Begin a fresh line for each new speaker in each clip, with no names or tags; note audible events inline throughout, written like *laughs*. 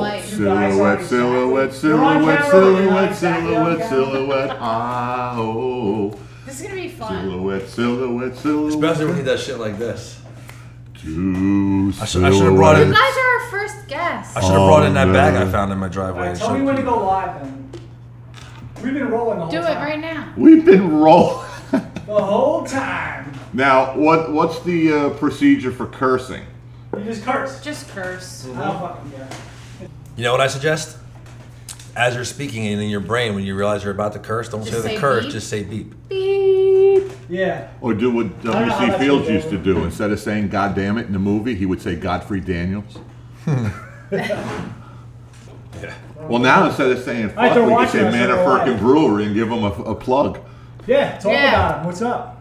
silhouette, silhouette, silhouette, silhouette, silhouette, silhouette, ah, oh,
This is gonna be
oh.
fun.
silhouette, silhouette, silhouette.
Especially when he does shit like this.
Two
I should- I should have brought it-
You
silhouettes.
guys are our first guests.
I should have brought in that
Oh,
bag I
man.
found in my driveway.
Alright, tell me when to go live then. We've been rolling the whole
Do it
time.
right now.
We've been rolling.
The whole time.
*laughs* Now, what what's the uh, procedure for cursing?
You just cursed.
Just curse.
I don't fucking care.
You know what I suggest? As you're speaking and in your brain, when you realize you're about to curse, don't
Just
say the
say
curse,
beep.
just say beep.
Beep.
Yeah.
Or do what
I don't know how
W.C.
that's
Fields
gonna
used to do. Instead of saying "God damn it" in the movie, he would say "Godfrey
*laughs*
Daniels."
Yeah.
Well, now instead of saying
I have
"fuck,"
to
we could
watch
say
this in real
"Manafurkin
life."
Brewery" and give him a, a plug.
Yeah, talk
Yeah.
about him. What's up?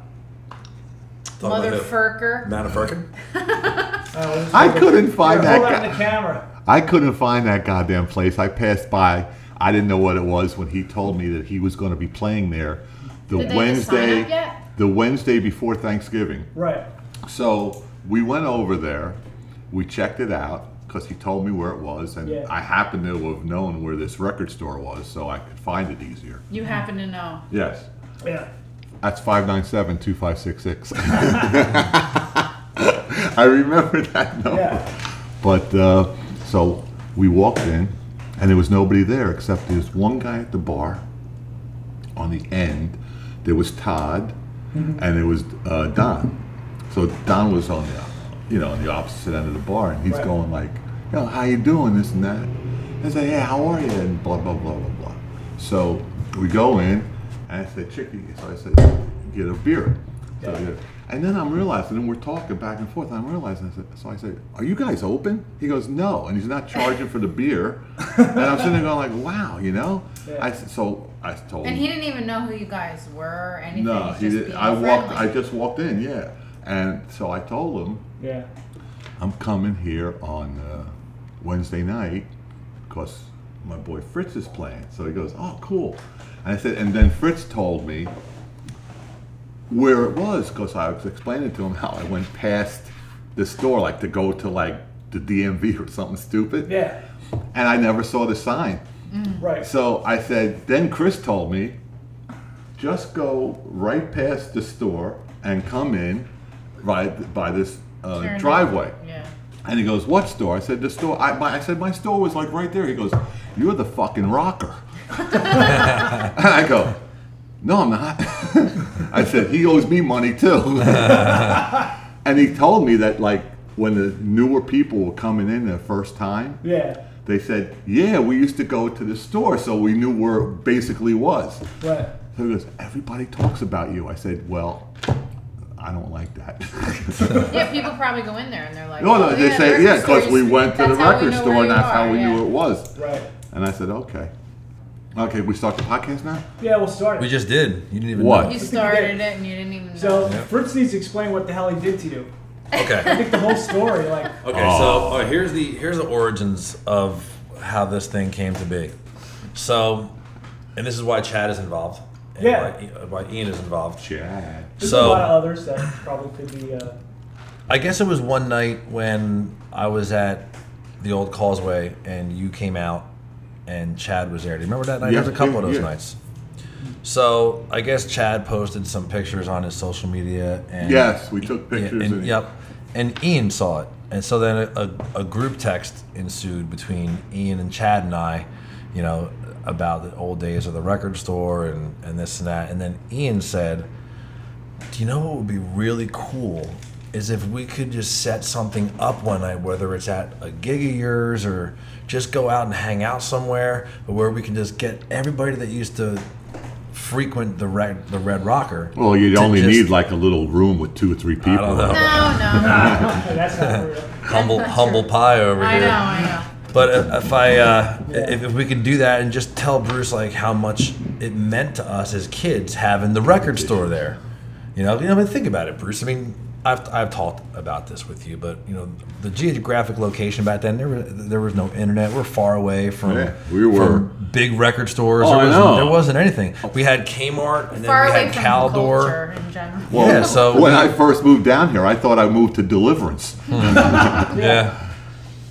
Oh,
Talk about who?
Motherfucker.
Manafurkin?
Uh, what is-
I couldn't
Here,
find that
hold up in the
guy.
camera.
I couldn't find that goddamn place. I passed by. I didn't know what it was when he told me that he was going to be playing there the
Did they just sign
Wednesday,
up yet?
the Wednesday before Thanksgiving.
Right.
So we went over there, we checked it out because he told me where it was, and
Yeah.
I happened to have known where this record store was, so I could find it easier.
You happen to know.
Yes,
Yeah.
that's 597 2566. *laughs* I remember that number.
Yeah.
But uh, so we walked in, and there was nobody there except there's one guy at the bar on the end. There was Todd,
Mm-hmm.
and there was uh, Don. So Don was on the, you know, on the opposite end of the bar, and he's
Right.
going like, "Yo, how you doing? This and that." I say, "Hey, how are you?" And blah blah blah blah blah. So we go in, and I say, "Chicky," so I said, "Get a beer." So I
Yeah.
get- and then I'm realizing, and we're talking back and forth. And I'm realizing, I said, so I said, "Are you guys open?" He goes, "No," and he's not charging for the beer. and I'm sitting there going, like, "Wow," you know.
*laughs* Yeah.
I s- so I told him.
And he didn't even know who you guys were or anything.
No,
He's
he
just
did.
being
I walked. I
friendly.
just walked in. Yeah, and so I told him
Yeah.
I'm coming here on uh, Wednesday night because my boy Fritz is playing. So he goes, "Oh, cool." And I said, and then Fritz told me where it was because I was explaining to him how I went past the store like to go to like the DMV or something stupid,
Yeah.
and I never saw the sign.
Right.
So I said, then Chris told me, just go right past the store and come in right by this uh,
Turn it.
driveway.
Yeah.
And he goes, what store? I said, the store. I, my, I said, my store was like right there. He goes, you're the fucking rocker. and I go, no, I'm not. *laughs* I said, he owes me money too. and he told me that like when the newer people were coming in the first time,
Yeah.
they said, "Yeah, we used to go to the store, so we knew where it basically was."
Right.
So he goes, "Everybody talks about you." I said, "Well, I don't like that." *laughs*
Yeah, people probably go in there and they're like,
no, no,
"Oh,
they
yeah,
say,
record
"Yeah, because
store
we
used-
went to the
that's how we
record
know
store,
where
and
you
that's how
are,"
we
yeah.
knew it was."
Right.
And I said, "Okay, okay, we start the podcast now."
Yeah, we'll start
We
it.
just did. You didn't even
What?
You
know.
started it and you didn't even know.
So
Yeah.
Fritz needs to explain what the hell he did to you. *laughs*
Okay.
Like the whole story. Like
Okay, so
Oh.
all right, here's the here's the origins of how this thing came to be. So, and this is why Chad is involved. and
Yeah.
Why, why Ian is involved.
Chad,
there's
So-
a lot of others that probably could be. Uh, *laughs*
I guess it was one night when I was at the old causeway and you came out and Chad was there. Do you remember that night?
Yeah,
There's a couple
yeah,
of those
yeah.
nights. So I guess Chad posted some pictures on his social media and
Yes, we took
Yeah,
pictures
and-
and-
yep. And Ian saw it. And so then a, a, a group text ensued between Ian and Chad and I, you know, about the old days of the record store and, and this and that. And then Ian said, do you know what would be really cool is if we could just set something up one night, whether it's at a gig of yours or just go out and hang out somewhere, but where we can just get everybody that used to frequent the red the Red Rocker.
well, you'd
to
only
just-
need like a little room with two or three people.
don't know.
no,
*laughs*
no.
that's not
*laughs*
real.
humble humble pie over
I
here.
know, I know.
But i- if I uh, if, if we could do that and just tell Bruce like how much it meant to us as kids having the record store there, you know, you know, I mean, think about it, Bruce. I mean, I've, I've talked about this with you, but you know, the geographic location back then there was, there was no internet. We're far away from
Yeah, we were.
from big record stores.
Oh,
there,
I
wasn't,
know.
there wasn't anything. We had Kmart and then
Far
we
away
had
from
Caldor.
culture in general.
Well,
Yeah, so-
when I first moved down here, I thought I moved to Deliverance.
Yeah.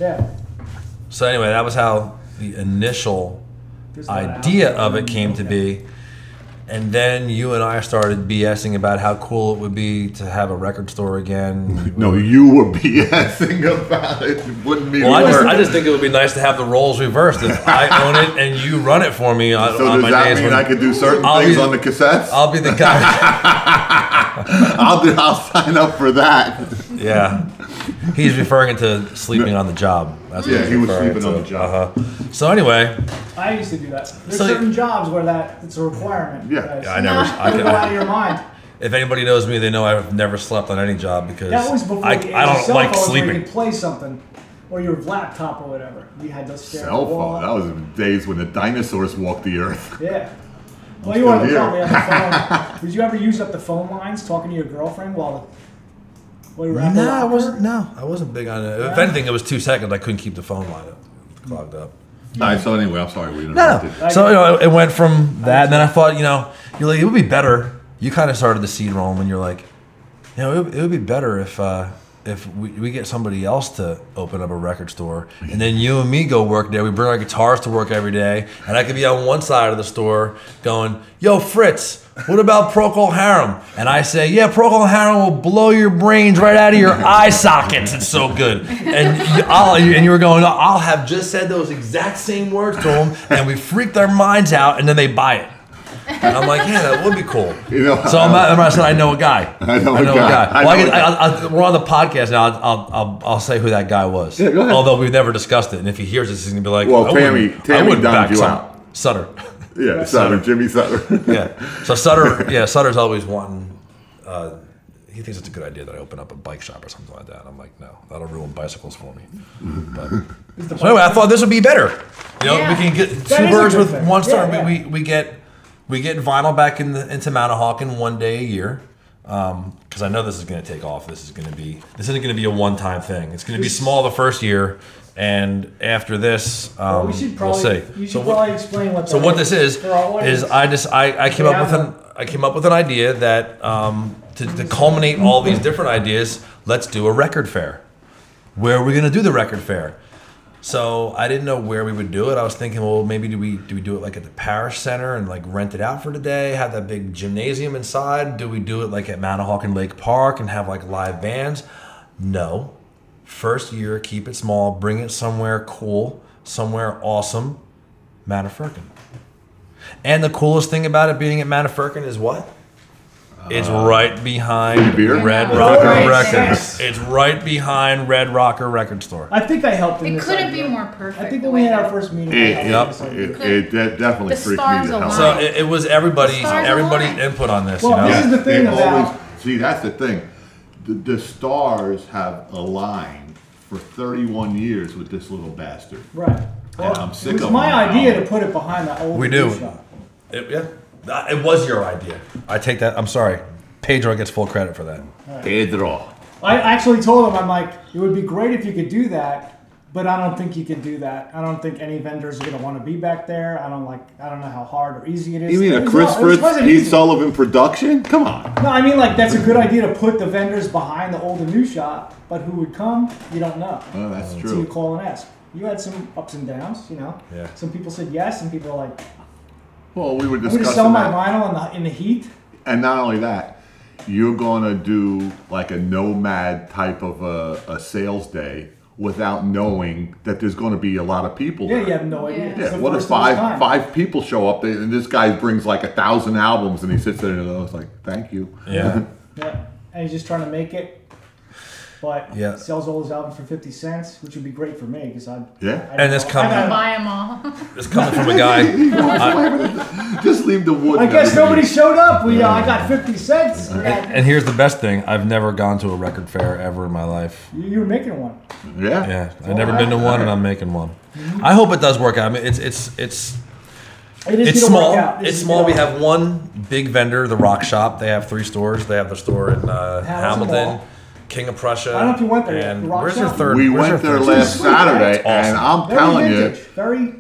Yeah.
So anyway, that was how the initial
Here's how it
idea of
happened.
it came to be. And then you and I started BSing about how cool it would be to have a record
*laughs*
store again.
No, you were BSing about it. It wouldn't be
Well, I
work.
just, I just think it would be nice to have the roles reversed. If I own it and you run it for me on,
so
on
does
my
that
days
mean
when
I could do certain
I'll
things
be-
on the cassettes? I'll,
I'll be the guy.
do, *laughs* I'll sign up for that.
yeah, he's referring to sleeping on the job. That's what
Yeah,
he's
he was
referring
sleeping
to.
on the job.
Uh-huh. So anyway,
I used to do that. There's
So-
certain jobs where that it's a requirement.
Yeah.
guys.
Yeah, I never. I,
You
could-
go out of your mind.
if anybody knows me, they know I've never slept on any job because
That was before
I,
the age
I
of
don't
cell
like
phones Where you
sleeping.
could play something, or your laptop or whatever. You had to stare. at the
Cell
wall.
phone. That was the days when the dinosaurs walked the
*laughs*
earth.
Yeah. Well, you wanted to
still
tell me on the phone. Did you ever use up the phone lines talking to your girlfriend while, while you were at the
No, I
locker?
wasn't. No, I wasn't big on it. If
Yeah.
anything, it was two seconds. I couldn't keep the phone line up, clogged up.
All right. So anyway, I'm sorry we
No,
interrupted.
no. So you know, it went from that, and then I thought, you know, you're like, it would be better. You kind of started the seed roam, and you're like, you know, it would, it would be better if uh, if we, we get somebody else to open up a record store, and then you and me go work there. We bring our guitars to work every day, and I could be on one side of the store going, "Yo, Fritz, what about Procol Harum?" And I say, "Yeah, Procol Harum will blow your brains right out of
*laughs*
your eye sockets. It's so good." And you, I'll, and you were going, "I'll have just said those exact same words to them," and we freak their minds out, and then they buy it. And I'm like, yeah, that would be cool.
You know,
so I'm, I'm, I said, I know a
*laughs*
guy.
I know a guy. I
Well, I
know
can,
a guy.
I, I, we're on the podcast now. I'll, I'll, I'll, I'll say who that guy was.
Yeah, go ahead.
Although we've never discussed it, and if he hears this, he's gonna be like,
Well,
I
Tammy-
wouldn't- I
Tammy
wouldn't
dumbed
back
you
Sut-
out.
Sutter.
Yeah, Sutter, Jimmy Sutter.
Yeah. So Sutter, yeah, Sutter's always wanting. Uh, he thinks it's a good idea that I open up a bike shop or something like that. I'm like, no, that'll ruin bicycles for me. But, so anyway, I thought this would be better. You know,
Yeah.
we can get two
That is a
birds
good
with
thing.
one stone.
Yeah,
We,
yeah.
we we get we get vinyl back in the, into Manahawkin one day a year. Because I know this is going to take off. This is going to be this isn't going to be a one time thing. It's going to be small the first year, and after this, um,
Well, we should probably.
will see.
You should
So what-
probably explain what.
so
that
what this is
for our audience.
is I just I, I came up with
Yeah.
an I came up with an idea that um, to, to culminate all these different ideas, let's do a record fair. Where are we gonna do the record fair? So I didn't know where we would do it. I was thinking, well, maybe do we do we do it like at the parish center and like rent it out for today? Have that big gymnasium inside? Do we do it like at Manahawkin Lake Park and have like live bands? No. First year, keep it small. Bring it somewhere cool, somewhere awesome. Manafurkin. And the coolest thing about it being at Manafurkin is what? It's right behind
Beer?
Red
Yeah.
Rocker
Right.
Records.
Yes.
It's right behind Red Rocker Record Store.
I think I helped. In
It
this
couldn't be
idea.
more perfect.
I think
the
when we
way
had our
that-
first meeting.
It,
I helped in
yep.
this idea.
It, it, that definitely
The
freaked me
stars
the hell
aligned.
out.
So it, it was everybody,
Stars
everybody
align.
input on this.
Well,
you know?
this is the thing
they
about-
always- see, that's the thing. The, the stars have aligned for 31 years with this little bastard.
Right. Well,
I'm sick
it was
of
my
them now.
idea to put it behind that old.
We do.
beer shop.
It- yeah, Uh, it was your idea. I take that. I'm sorry. Pedro gets full credit for that.
Pedro.
I actually told him, I'm like, it would be great if you could do that, but I don't think you can do that. I don't think any vendors are going to want to be back there. I don't like, I don't know how hard or easy it is.
You mean
It
a
was-
Chris
it was-
Fritz,
wasn't
Pete
easy.
Sullivan production? Come on.
No, I mean like that's a good idea to put the vendors behind the old and new shop, but who would come, you don't know.
Oh, that's
So you
true.
call and ask. You had some ups and downs, you know.
Yeah.
Some people said yes, and people are like,
Well, we were
"I'm going
discussing
to sell my
that.
vinyl in the in the heat."
And not only that, you're gonna do like a nomad type of a, a sales day without knowing that there's gonna be a lot of people
Yeah,
there.
you have no idea. It's
Yeah,
Yeah,
the
what if
first of its
five
kind.
five people show up and this guy brings like a thousand albums and he sits there and I was like, thank you.
Yeah.
Yeah, and he's just trying to make it. But
Yeah.
yeah. sells all his albums for fifty cents, which would be great for me because I.
Yeah. *laughs*
I don't
this
know.
company-
I, don't know.
Buy them all.
It's coming from a guy.
Just leave the wood.
I
and
guess
everything.
nobody showed up. We uh, I got fifty cents. We got-
And here's the best thing: I've never gone to a record fair ever in my life.
you, you were making one.
Yeah.
Yeah, I've never been to one, and I'm making one. I hope it does work out. I mean, it's it's it's
It is
it's
gonna work
small.
out. This
It's
is
small.
gonna
We
work out.
have one big vendor, the Rock Shop. They have three stores. They have the store in uh,
Hamilton
Hamilton,
Mall.
King of Prussia.
I don't know if you went there yet.
And
The Rock
where's their
Shop?
third?
We
where's
went
their
there
third
last
store?
Saturday,
It's
and
awesome.
I'm
Very
telling you,
vintage, very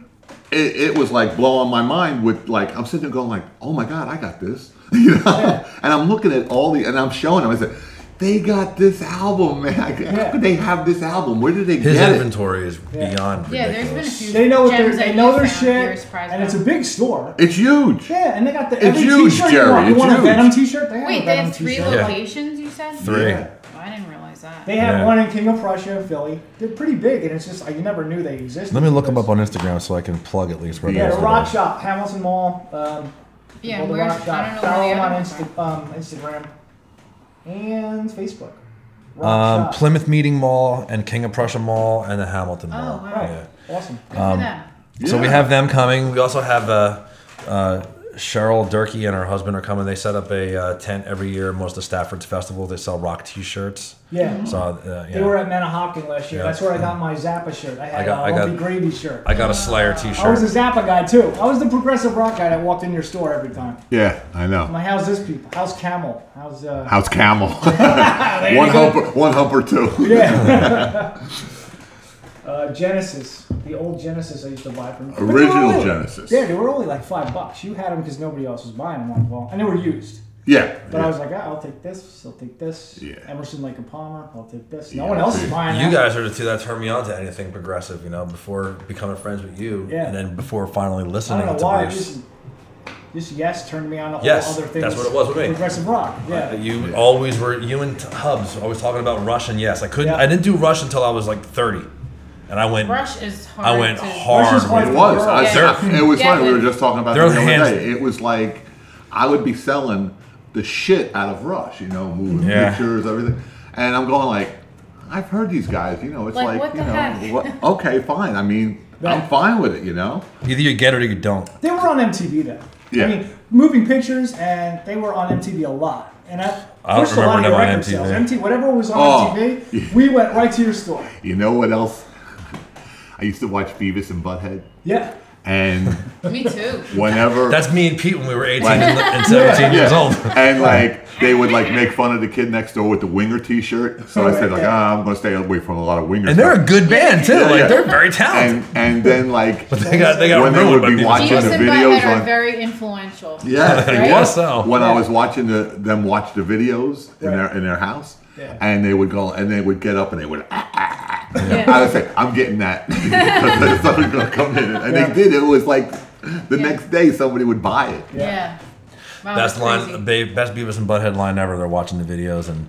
it, it was like blowing my mind with like I'm sitting there going like, oh my god, I got this, *laughs* you know.
Yeah.
And I'm looking at all the, and I'm showing them. I said, they got this album, man. How could they have this album? Where did they
His
get it?
inventory is
Yeah.
beyond
Yeah, there's
ridiculous.
been a few.
They know what
gems
they're,
that
they
you
know their
found you were
shit,
surprised
and it's a
about.
big store.
It's huge.
Yeah, and they got the
It's
every
huge,
t-shirt
Jerry,
you want. You
it's
want a
huge.
Venom t-shirt? They have
Wait,
a
they
Venom
have three
t-shirt.
Yeah.
locations. You said
Three.
Yeah.
Oh, I didn't realize that.
They have
Yeah.
one in King of Prussia and Philly. They're pretty big, and it's just like you never knew they existed.
Let me look them up on Instagram so I can plug at least where
Yeah,
Yeah,
those
the
are.
Rock Shop, Hamilton Mall. Um,
yeah,
well,
and
the
where's,
Rock Shop.
I don't know
Follow
where
them
the
on
other ones
Insta- um, Instagram and Facebook. Rock
Um,
Shop.
Plymouth Meeting Mall and King of Prussia Mall and the Hamilton
Oh,
Mall.
wow.
Right.
Yeah.
Awesome.
Good
Um,
for them.
So we
Yeah.
have them coming. We also have uh, uh, Cheryl Durkee and her husband are coming. They set up a uh, tent every year at most of Stafford's festivals. They sell rock T-shirts.
Yeah.
Mm-hmm.
So uh,
They were
yeah,
at Manahawkin last year.
Yeah. Mm-hmm.
That's where I got my Zappa shirt. I had
I got-
a
I got-
lumpy gravy shirt.
I got a
I
Slayer
was a
T-shirt.
Zappa guy too. I was the progressive rock guy that walked in your store every time.
Yeah, I
I'm
know.
like, how's this people? How's Camel? How's uh?
How's Camel? *laughs* one humper, one humper too.
Yeah. uh, Genesis, the old Genesis I used to buy from. but they were
Original
only-
Genesis.
Yeah, they were only like five bucks. You had them because nobody else was buying them on Vol, and they were used.
Yeah.
But I was like, ah, I'll take this. I'll take this.
Yeah.
Emerson, Lake and Palmer. I'll take this. No
Yeah,
one else
see.
is buying
You
that.
guys are the two that turned me on to anything progressive. You know, before becoming friends with you,
Yeah.
and then before finally
I
listening
don't know
to
why.
Bruce.
Just, just yes turned me on to
Yes,
all other things.
that's what it was with me.
Progressive rock. Yeah.
You always were you and T- Hubs always talking about Rush and yes. I couldn't.
Yeah.
I didn't do Rush until I was like thirty, and I went.
Rush is hard.
I went
to,
hard.
Rush is hard
with-
It was. I-
Yeah.
it was
Yeah,
funny. We
but-
were just talking about it
They're
the other
hands-
day. It was like I would be selling the shit out of Rush, you know, moving
Yeah.
pictures, everything. And I'm going like, I've heard these guys, you know, it's
Like,
like,
what
you
the
know,
heck?
what, okay, fine. I mean, I'm fine with it, you know.
Either you get it or you don't.
They were on MTV though.
Yeah.
I mean, moving pictures, and they were on MTV a lot. And I,
I don't
pushed a lot
remember
of your
them on
record sales.
MTV.
MTV. Whatever was on
Oh.
MTV,
*laughs*
we went right to your store.
You know what else? *laughs* I used to watch Beavis and Butthead,
Yeah.
*laughs*
and
*laughs* Me too.
whenever
That's me and Pete when we were 18
Right.
and and 17
*laughs*
years
Yeah.
old.
*laughs* And like they would like make fun of the kid next door with the winger T-shirt. So I said like, ah, I'm gonna stay away from a lot of wingers.
And they're a good band too.
Yeah,
like
yeah.
they're very talented.
And and then like
but they got they got
When they
ruined
would
by
be
Beatles.
watching-
Beavis
the
and
videos
Butthead
on-
are very influential.
*laughs*
yeah, they
Right?
were.
Guess so.
when I
Yeah.
was watching the, them watch the videos in
Right.
their in their house,
Yeah.
and they would go and they would get up and they would. "Ah, ah, ah." I
Yeah.
would say, I'm getting that. *laughs* Because somebody's gonna come in, and
Yeah.
they did. It was like the
Yeah.
next day somebody would buy it.
Yeah.
Yeah. Wow,
Best
that's
line,
crazy.
ba- best Beavis and Butthead line ever. They're watching the videos and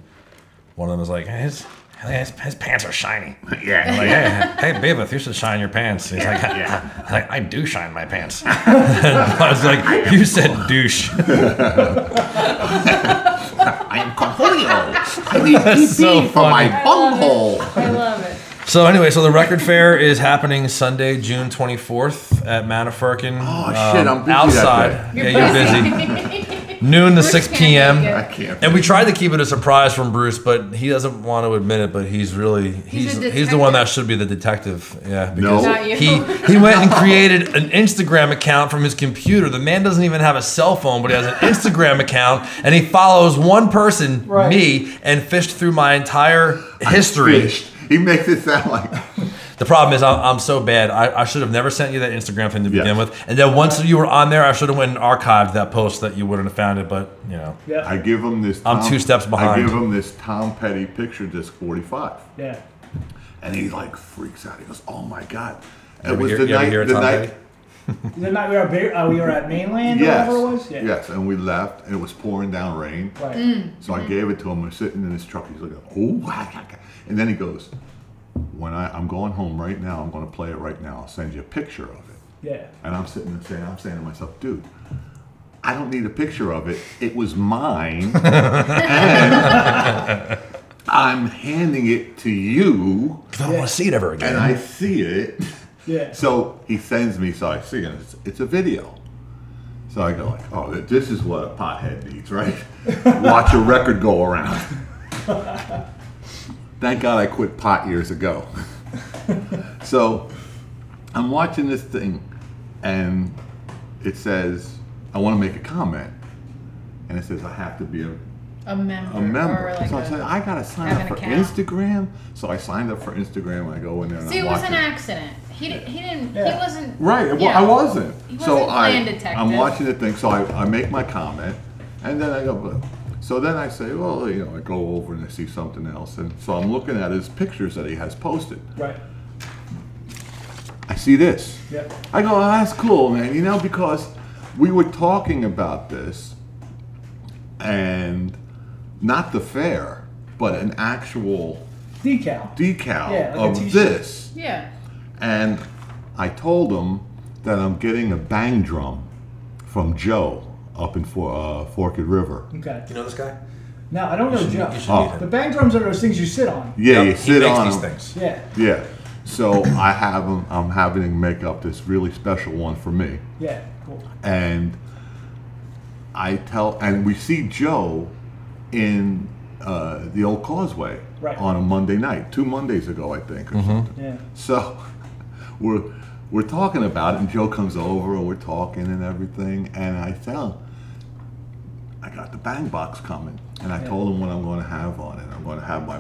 one of them is like, "Hey, his, his, his pants are shiny.
*laughs* Yeah,
Like, hey, hey, Beavis, you should shine your pants. He's like,
yeah.
*laughs* like, I do shine my pants. *laughs* I was like, you said douche.
I am Cornelio. I need TP
so
for my
I love
bunghole.
it. I love it.
So anyway, so the record fair is happening Sunday, June 24th at Manafurkin.
Oh, shit, I'm busy that
outside.
day.
yeah, you're busy. *laughs*
*laughs*
noon to 6
can't
p.m.
make it.
I can't.
And we tried to keep it a surprise from Bruce, but he doesn't want to admit it. But he's really
He's
he's
a
he's, the one that
detective.
should be the detective. Yeah,
No.
Not you.
he he went
*laughs*
and created an Instagram account from his computer. The man doesn't even have a cell phone, but he
*laughs*
has an Instagram account, and he follows one person,
Right.
me, and fished through my entire history.
Finished. He makes it sound like
The problem is I'm, I'm so bad. I, I should have never sent you that Instagram thing to
Yeah.
begin with. And then once you were on there, I should have went and archived that post that you wouldn't have found it. But you know,
Yeah.
I give him this.
I'm two steps
I
behind.
give him this Tom Petty picture disc 45,
yeah.
and he like freaks out. He goes, "Oh my god!" It
ever
was
hear-
the
you ever
night.
hear
The
Tom
night.
Petty?
The night we were, at Ba- uh, we were at mainland
Yes.
or whatever it was. Yeah.
Yes, and we left. and It was pouring down rain.
Right.
Mm.
So I gave it to him. We're sitting in his truck. He's like, oh, I- I- I-" and then he goes, when I, I'm going home right now, I'm going to play it right now. I'll send you a picture of it.
Yeah.
And I'm sitting there saying, I'm saying to myself, dude, I don't need a picture of it. It was
*laughs*
mine. and I'm handing it to you,
I don't want to see it ever again.
and I see it.
Yeah.
So he sends me, so I see it. It's, it's a video. So I go like, oh, th- this is what a pothead needs, right? *laughs* Watch a record go around. *laughs* Thank God I quit pot years ago. *laughs* so I'm watching this thing, and it says, I want to make a comment. And it says, I have to be a
A member.
a member.
Or like
so I
a-
said, I gotta sign
have
up for
an account.
Instagram. So I signed up for Instagram. I go in there and
See,
I
it was
watch
an
it.
accident. He, di- he didn't.
Yeah.
He wasn't.
Right. Well,
yeah.
I wasn't.
He
so
wasn't
I,
plan detective.
I'm watching the thing. So I, I make my comment, and then I go. "But-" So then I say, well, you know, I go over and I see something else, and so I'm looking at his pictures that he has posted.
Right.
I see this.
Yep.
I go, oh, that's cool, man. You know, because we were talking about this, and not the fair, but an actual
Decal.
decal
Yeah, like a
of
t-shirt.
this.
Yeah.
And I told him that I'm getting a bang drum from Joe up in For- uh, Forked River.
Okay.
You know this guy?
Now I don't know
You should,
Joe.
you should
Oh.
meet him.
The bang drums are those things you sit on.
Yeah,
Yep,
you sit
he makes
on
these
him.
things.
Yeah.
Yeah. So I have him. I'm having him make up this really special one for me.
Yeah. Cool.
and I tell, and we see Joe in uh, the old Causeway
Right.
on a Monday night, two Mondays ago, I think, or something.
Yeah.
So *laughs* we're we're talking about it, and Joe comes over, and we're talking and everything, and I tell him, I got the bang box coming, and I told him what I'm going to have on it. I'm going to have my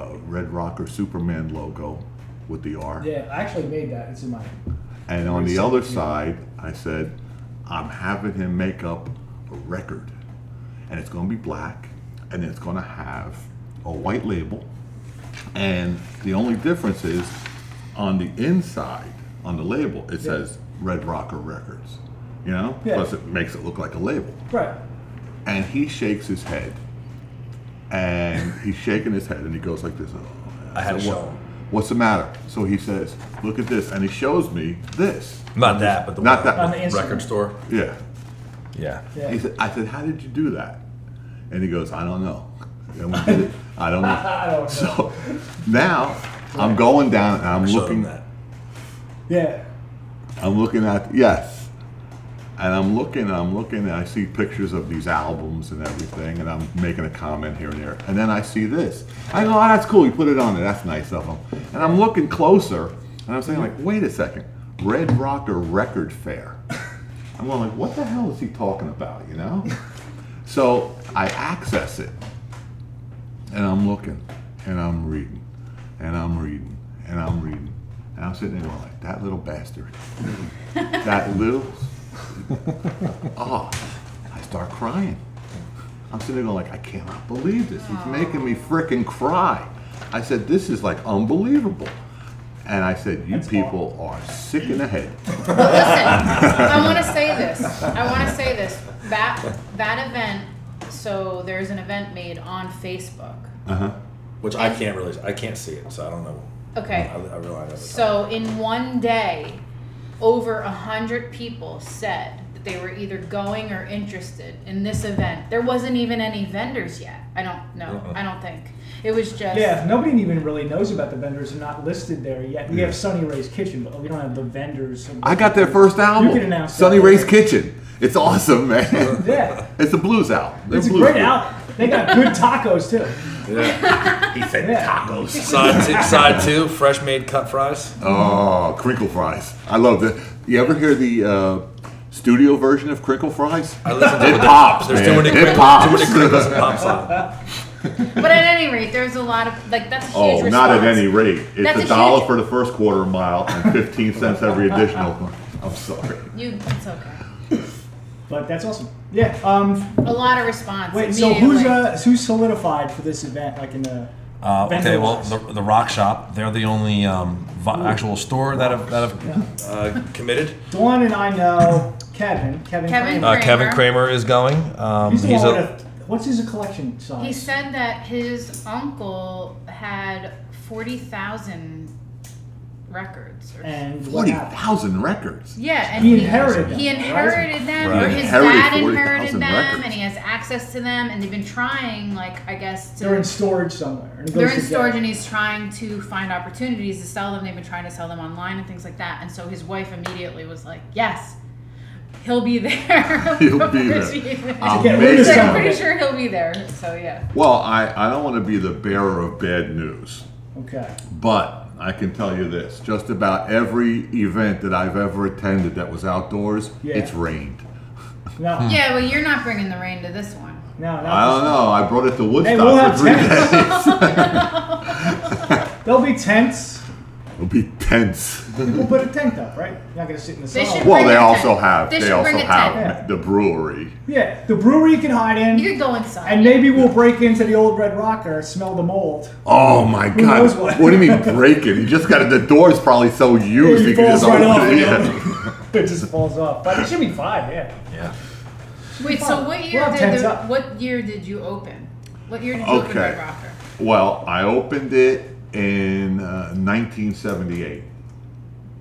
uh, Red Rocker Superman logo with the R.
Yeah. I actually made that. It's in my.
And on the other side, I said, I'm having him make up a record. And it's going to be black, and it's going to have a white label. And the only difference is on the inside, on the label, it says Red Rocker Records. You know?
Yeah.
Plus, it makes it look like a label.
Right.
And he shakes his head. And he's shaking his head, and he goes like this. "Oh."
I had
said,
to show
"What-
him.
What's the matter? So he says, Look at this. And he shows me this.
Not that, but the
Not
one-
that. On
the Instagram.
record store.
Yeah.
Yeah.
He
Yeah.
said, I said, how did you do that? And he goes, I don't know. And we did it. I don't
*laughs*
know.
*laughs*
I don't know.
So now I'm going down and I'm
Showed
looking.
him that.
Yeah.
I'm looking at yes, and I'm looking and I'm looking and I see pictures of these albums and everything, and I'm making a comment here and there, and then I see this. I go, oh, that's cool. You put it on there. That's nice of him. And I'm looking closer, and I'm saying like, wait a second, Red Rocker Record Fair. I'm going like, what the hell is he talking about? You know? So I access it, and I'm looking, and I'm reading, and I'm reading, and I'm reading, and I'm sitting there going like, that little bastard, that little,
*laughs*
oh, I start crying. I'm sitting there going like, I cannot believe this. He's making me frickin' cry. I said, this is like unbelievable. And I said, you people are sick in the head. *laughs*
Listen, I want to say this. I want to say this. That that event. So there's an event made on Facebook.
Which I can't really, I can't see it, so I don't know.
Okay.
I, I realize that.
So in one day, over a hundred people said that they were either going or interested in this event. There wasn't even any vendors yet. I don't know.
Uh-huh.
I don't think it was just.
Yeah, nobody even really knows about the vendors. They're not listed there yet. We have Sunny Ray's Kitchen, but we don't have the vendors.
I got their first album,
can announce that
Sunny Ray's
later.
Kitchen. It's awesome, man.
Yeah,
*laughs* It's a blues album. They're
it's a
blues
great
group.
out. They got
*laughs*
good tacos too.
He said
Yeah.
tacos.
Side, two, side two, fresh made cut fries.
Oh, crinkle fries. I love that. You ever hear the uh, studio version of crinkle fries?
I listened to
It
with *laughs* the-
pops,
There's
man.
too many
It
crinkles,
pops.
too many crinkles and pops on.
But at any rate, there's a lot of like that's a huge.
Oh, not at
response.
any rate. It's
That's
a
a
dollar
huge-
for the first quarter mile and *laughs* 15 cents every additional. I'm sorry.
You, it's okay.
But that's awesome. Yeah. Um.
A lot of response.
Wait. So who's
immediately.
uh who's solidified for this event? Like in the
Uh, okay, well,
vendor-wise?
the, the Rock Shop, they're the only um, vi- actual store that have, that have uh, committed.
Dawn and I know Kevin. Kevin.
Kevin
Kramer.
Uh, Kevin
Kramer.
Kramer is going. Um,
he's the
he's
one
a-
with a, What's his collection size?
He said that his uncle had forty thousand records. Or
and what happened?
40,000 records.
yeah, and
He
he,
inherited. them,
he
right?
inherited them,
Right.
or
He
his
inherited
dad
40,000
inherited them,
records.
and he has access to them. And they've been trying, like I guess, to
They're in storage somewhere. and he
they're
goes
in
to
storage,
get-
and he's trying to find opportunities to sell them. They've been trying to sell them online and things like that. And so his wife immediately was like, "Yes, he'll be *laughs* there.
He'll be there. Um,
I'm
get rid of
*laughs*
Amazing.
some of
pretty
it.
sure he'll be there." So yeah.
Well, I, I don't want to be the bearer of bad news.
Okay.
But I can tell you this: just about every event that I've ever attended that was outdoors,
Yeah.
it's rained.
No.
Yeah, well, you're not bringing the rain to this one.
No. Not
Hmm. I
this
don't know. I brought it to Woodstock
Hey, we'll
for
have
three days.
tents. There'll be tents.
*laughs* It'll be tense.
People put a tent up, right? You're not gonna sit in the
They should-
sun.
Well,
Bring
they
a
also
tent.
have
They
they
should bring
also
a
have
tent.
the brewery.
Yeah, the brewery you can hide
You
in,
could go inside.
and maybe we'll break into the old red rocker, smell the mold. *laughs*
Oh my
knows
god!
what?
What? do you mean break it? You just got it. The door's probably so used
It
you can
falls
just
right
open
off.
it.
you
Yeah.
know? it just falls off, but it should be fine. Yeah.
Yeah.
Wait, so what year
We'll have
did
tents
the,
up.
what year did you open? What year did you open
Okay.
Red Rocker?
*laughs* Well, I opened it in uh, 1978.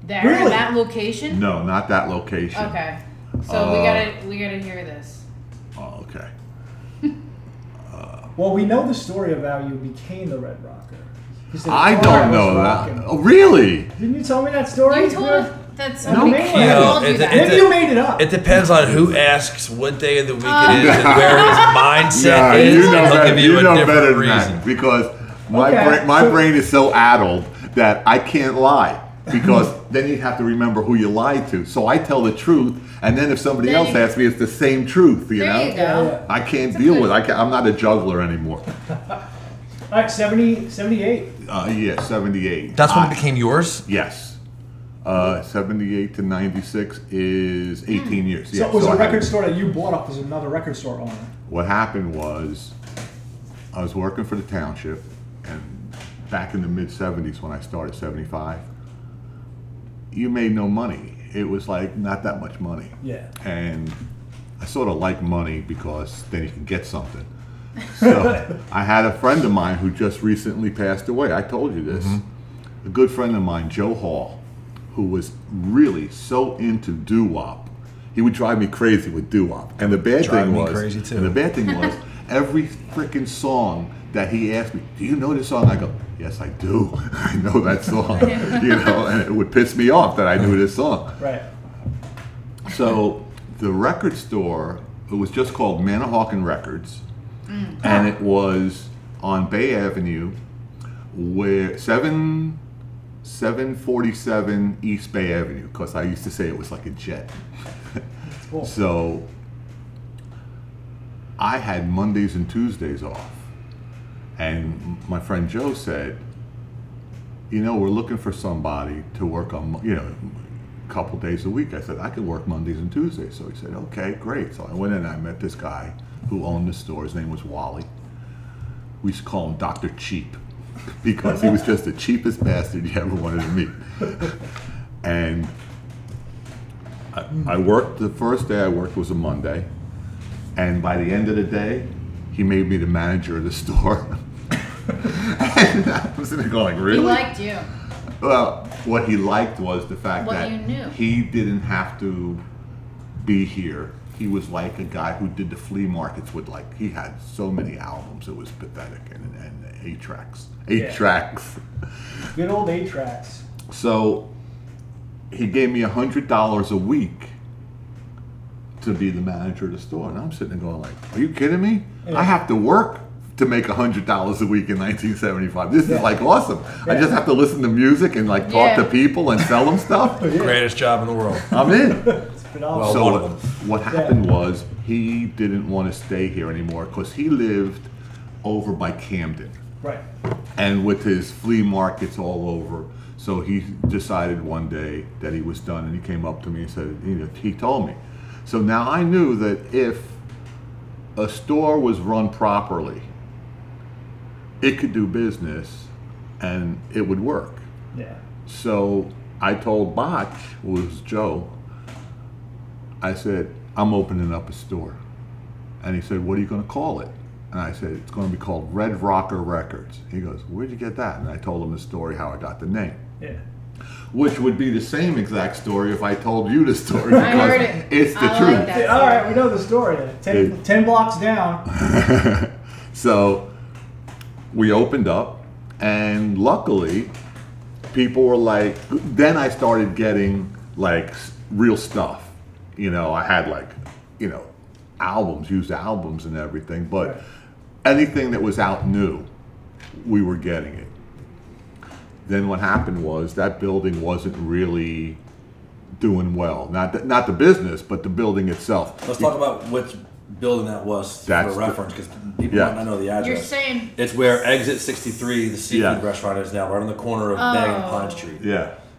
There in
Really?
that location?
No, not that location.
Okay. So we
Uh,
gotta we gotta hear this.
Oh, okay.
Well, we know the story of how you became the Red Rocker. 'Cause the
I
car
don't
was
know
rocking.
that. Oh, really?
Didn't you tell me that story?
You told us that somebody
No,
told
you know,
you
it-
that.
it-
Maybe you made it up.
It depends on who asks, what day of the week
Uh.
it
*laughs*
is, and where his mindset
Yeah,
is.
you know
I'll
better.
give you,
You,
a
know
different
better than
reason.
that because my
Okay,
brain, my
so-
brain is so addled that I can't lie
*laughs*
because then you'd have to remember who you lied to. So I tell the truth, and then if somebody
There
else
you go.
asks me, it's the same truth. You
there
know,
you go.
Yeah, yeah.
I can't deal with. it. I can, I'm not a juggler anymore.
All right, 70, 78.
Uh, yeah, 78.
That's when
I-
it became yours.
Yes. Uh, 78 to 96 is 18 years.
Hmm. So
Yeah,
it was
so
a
I had-
record store that you bought up as another record store owner.
What happened was I was working for the township and back in the mid 70s when I started 75 you made no money it was like not that much money
Yeah.
and I sort of like money because then you can get
*laughs*
something so I had a friend of mine who just recently passed away I told you this
Mm-hmm.
a good friend of mine Joe Hall who was really so into doo-wop he would drive me crazy with doo-wop and the bad
Drive
thing
me
was
crazy, too.
and the bad thing
*laughs*
was every freaking song that he asked me, "Do you know this song?" I go, "Yes, I do. *laughs* I know that
*laughs*
song." you know, and it would piss me off that I knew this song.
Right.
So the record store, it was just called Manahawkin Records, and it was on Bay Avenue, where seven. 747 East Bay Avenue, because I used to say it was like a jet.
It's cool.
So I had Mondays and Tuesdays off. And my friend Joe said, you know, we're looking for somebody to work on, you know, a couple days a week. I said, I can work Mondays and Tuesdays. So he said, okay, great. So I went in and I met this guy who owned the store. His name was Wally. We used to call him Dr. Cheap *laughs* because he was just the cheapest bastard you ever wanted to meet. *laughs* And I, I worked, the first day I worked was a Monday. And by the end of the day, he made me the manager of the store. *laughs* and I was sitting there going,
He
really?
liked you.
Well, what he liked was the fact
What
that
you knew.
he didn't have to be here. He was like a guy who did the flea markets with like he had so many albums it was pathetic and and eight tracks, eight
Yeah.
tracks.
Good old eight tracks.
So he gave me a hundred dollars a week to be the manager of the store, and I'm sitting there going like, "Are you kidding me? I have to work." To make a hundred dollars a week in 1975, this
Yeah.
is like awesome. I
Yeah.
just have to listen to music and like talk
Yeah.
to people and sell them stuff.
Greatest job in the world.
I'm in.
It's phenomenal.
Well,
so
one
what,
of them.
what happened was he didn't want to stay here anymore because he lived over by Camden
right.
and with his flea markets all over. So he decided one day that he was done, and he came up to me and said, you know, he told me. So now I knew that if a store was run properly, it could do business and it would work.
Yeah.
So I told Botch, who was Joe, I said, I'm opening up a store. And he said, What are you going to call it? And I said, It's going to be called Red Rocker Records. He goes, Where'd you get that? And I told him the story how I got the name,
Yeah.
which would be the same exact story if I told you the story.
I
because
heard it.
It's the
I
truth.
Like that.
All right, we know the story. then. Ten,
Dude.
ten blocks down.
so we opened up, and luckily, people were like, then I started getting like s- real stuff. You know, I had like, you know, albums, used albums and everything, but
Right.
anything that was out new, we were getting it. Then what happened was that building wasn't really doing well. Not the, not the business, but the building itself.
Let's talk about which building that was
That's
for
the-
reference because people
Yeah.
might not know the address.
You're saying
it's where exit 63, the seafood
Yeah.
restaurant is now, right on the corner of Bag and Pine
Oh.
Street.
Yeah,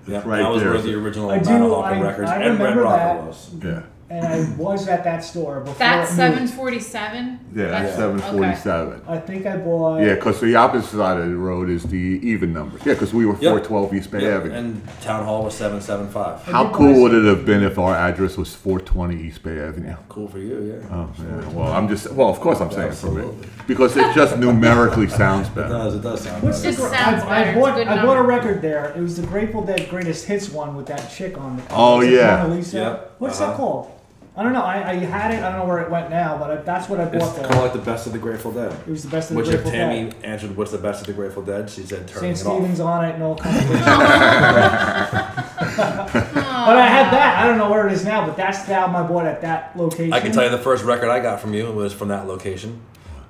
Yeah,
it's right
that was
there.
where the original
I do-
Manahawkin
I-
records
I
and Red
remember
Rocker
that.
was.
yeah,
and I
*laughs*
was at that store before.
that's
it moved.
seven forty seven.
yeah, that's seven forty-seven.
I think I bought.
Yeah, because the opposite side of the road is the even numbers. Yeah, because we were
Yep.
four twelve East Bay
Yeah,
Avenue.
and Town Hall was 775.
How cool would it have been if our address was four twenty East Bay Avenue?
Cool for you, yeah.
Oh, yeah. Well, I'm just well, of course I'm saying for me
Absolutely. because
because it just numerically sounds
It
better.
does, it does sound
What's
better.
the
Just
gr-
sounds
I,
better.
I
It's a
bought,
good
I bought a
number.
record there. It was the Grateful Dead Greatest Hits one with that chick on the cover.
Oh,
It's
yeah.
Mona Lisa.
Yeah.
What's
Uh-huh.
that called? I don't know. I, I had it. I don't know where it went now, but I, that's what I
It's
bought
kind
there.
of like the best of the Grateful Dead.
it was the best of the
Which if
Grateful
Tammy
Dead.
answered, "What's the best of the Grateful Dead?" she said, "Turning
St.
it off."
Stephen's on it and all kinds of *laughs* But I had that. I don't know where it is now, but that's the album I bought at that location.
I can tell you the first record I got from you was from that location,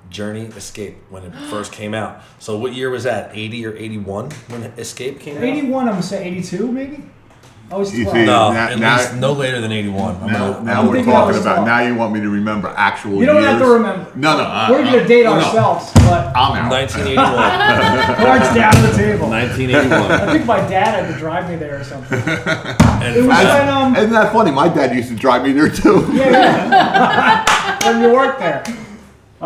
Journey Escape,
*gasps*
when it first came out. So what year was that? Eighty or eighty-one when Escape came out?
81, I'm going to say 82, maybe? I was
You
12.
see,
No,
Now-
at
now-
least no later than eighty-one. I'm
Now,
gonna-
now
I'm
we're
thinking
talking
of
about.
ourselves.
Now you want me to remember actual.
You don't have to
years?
remember.
No, no. I,
We're
Uh,
going to date
I-
oh,
no, no.
ourselves,
*laughs*
but
I'm out.
1981.
*laughs*
cards down the table. I
1981.
think my dad had to drive me there or something.
And
It was
I-
when, um,
Isn't that funny? My dad used to drive me there too.
yeah, yeah. when you worked there.
*laughs*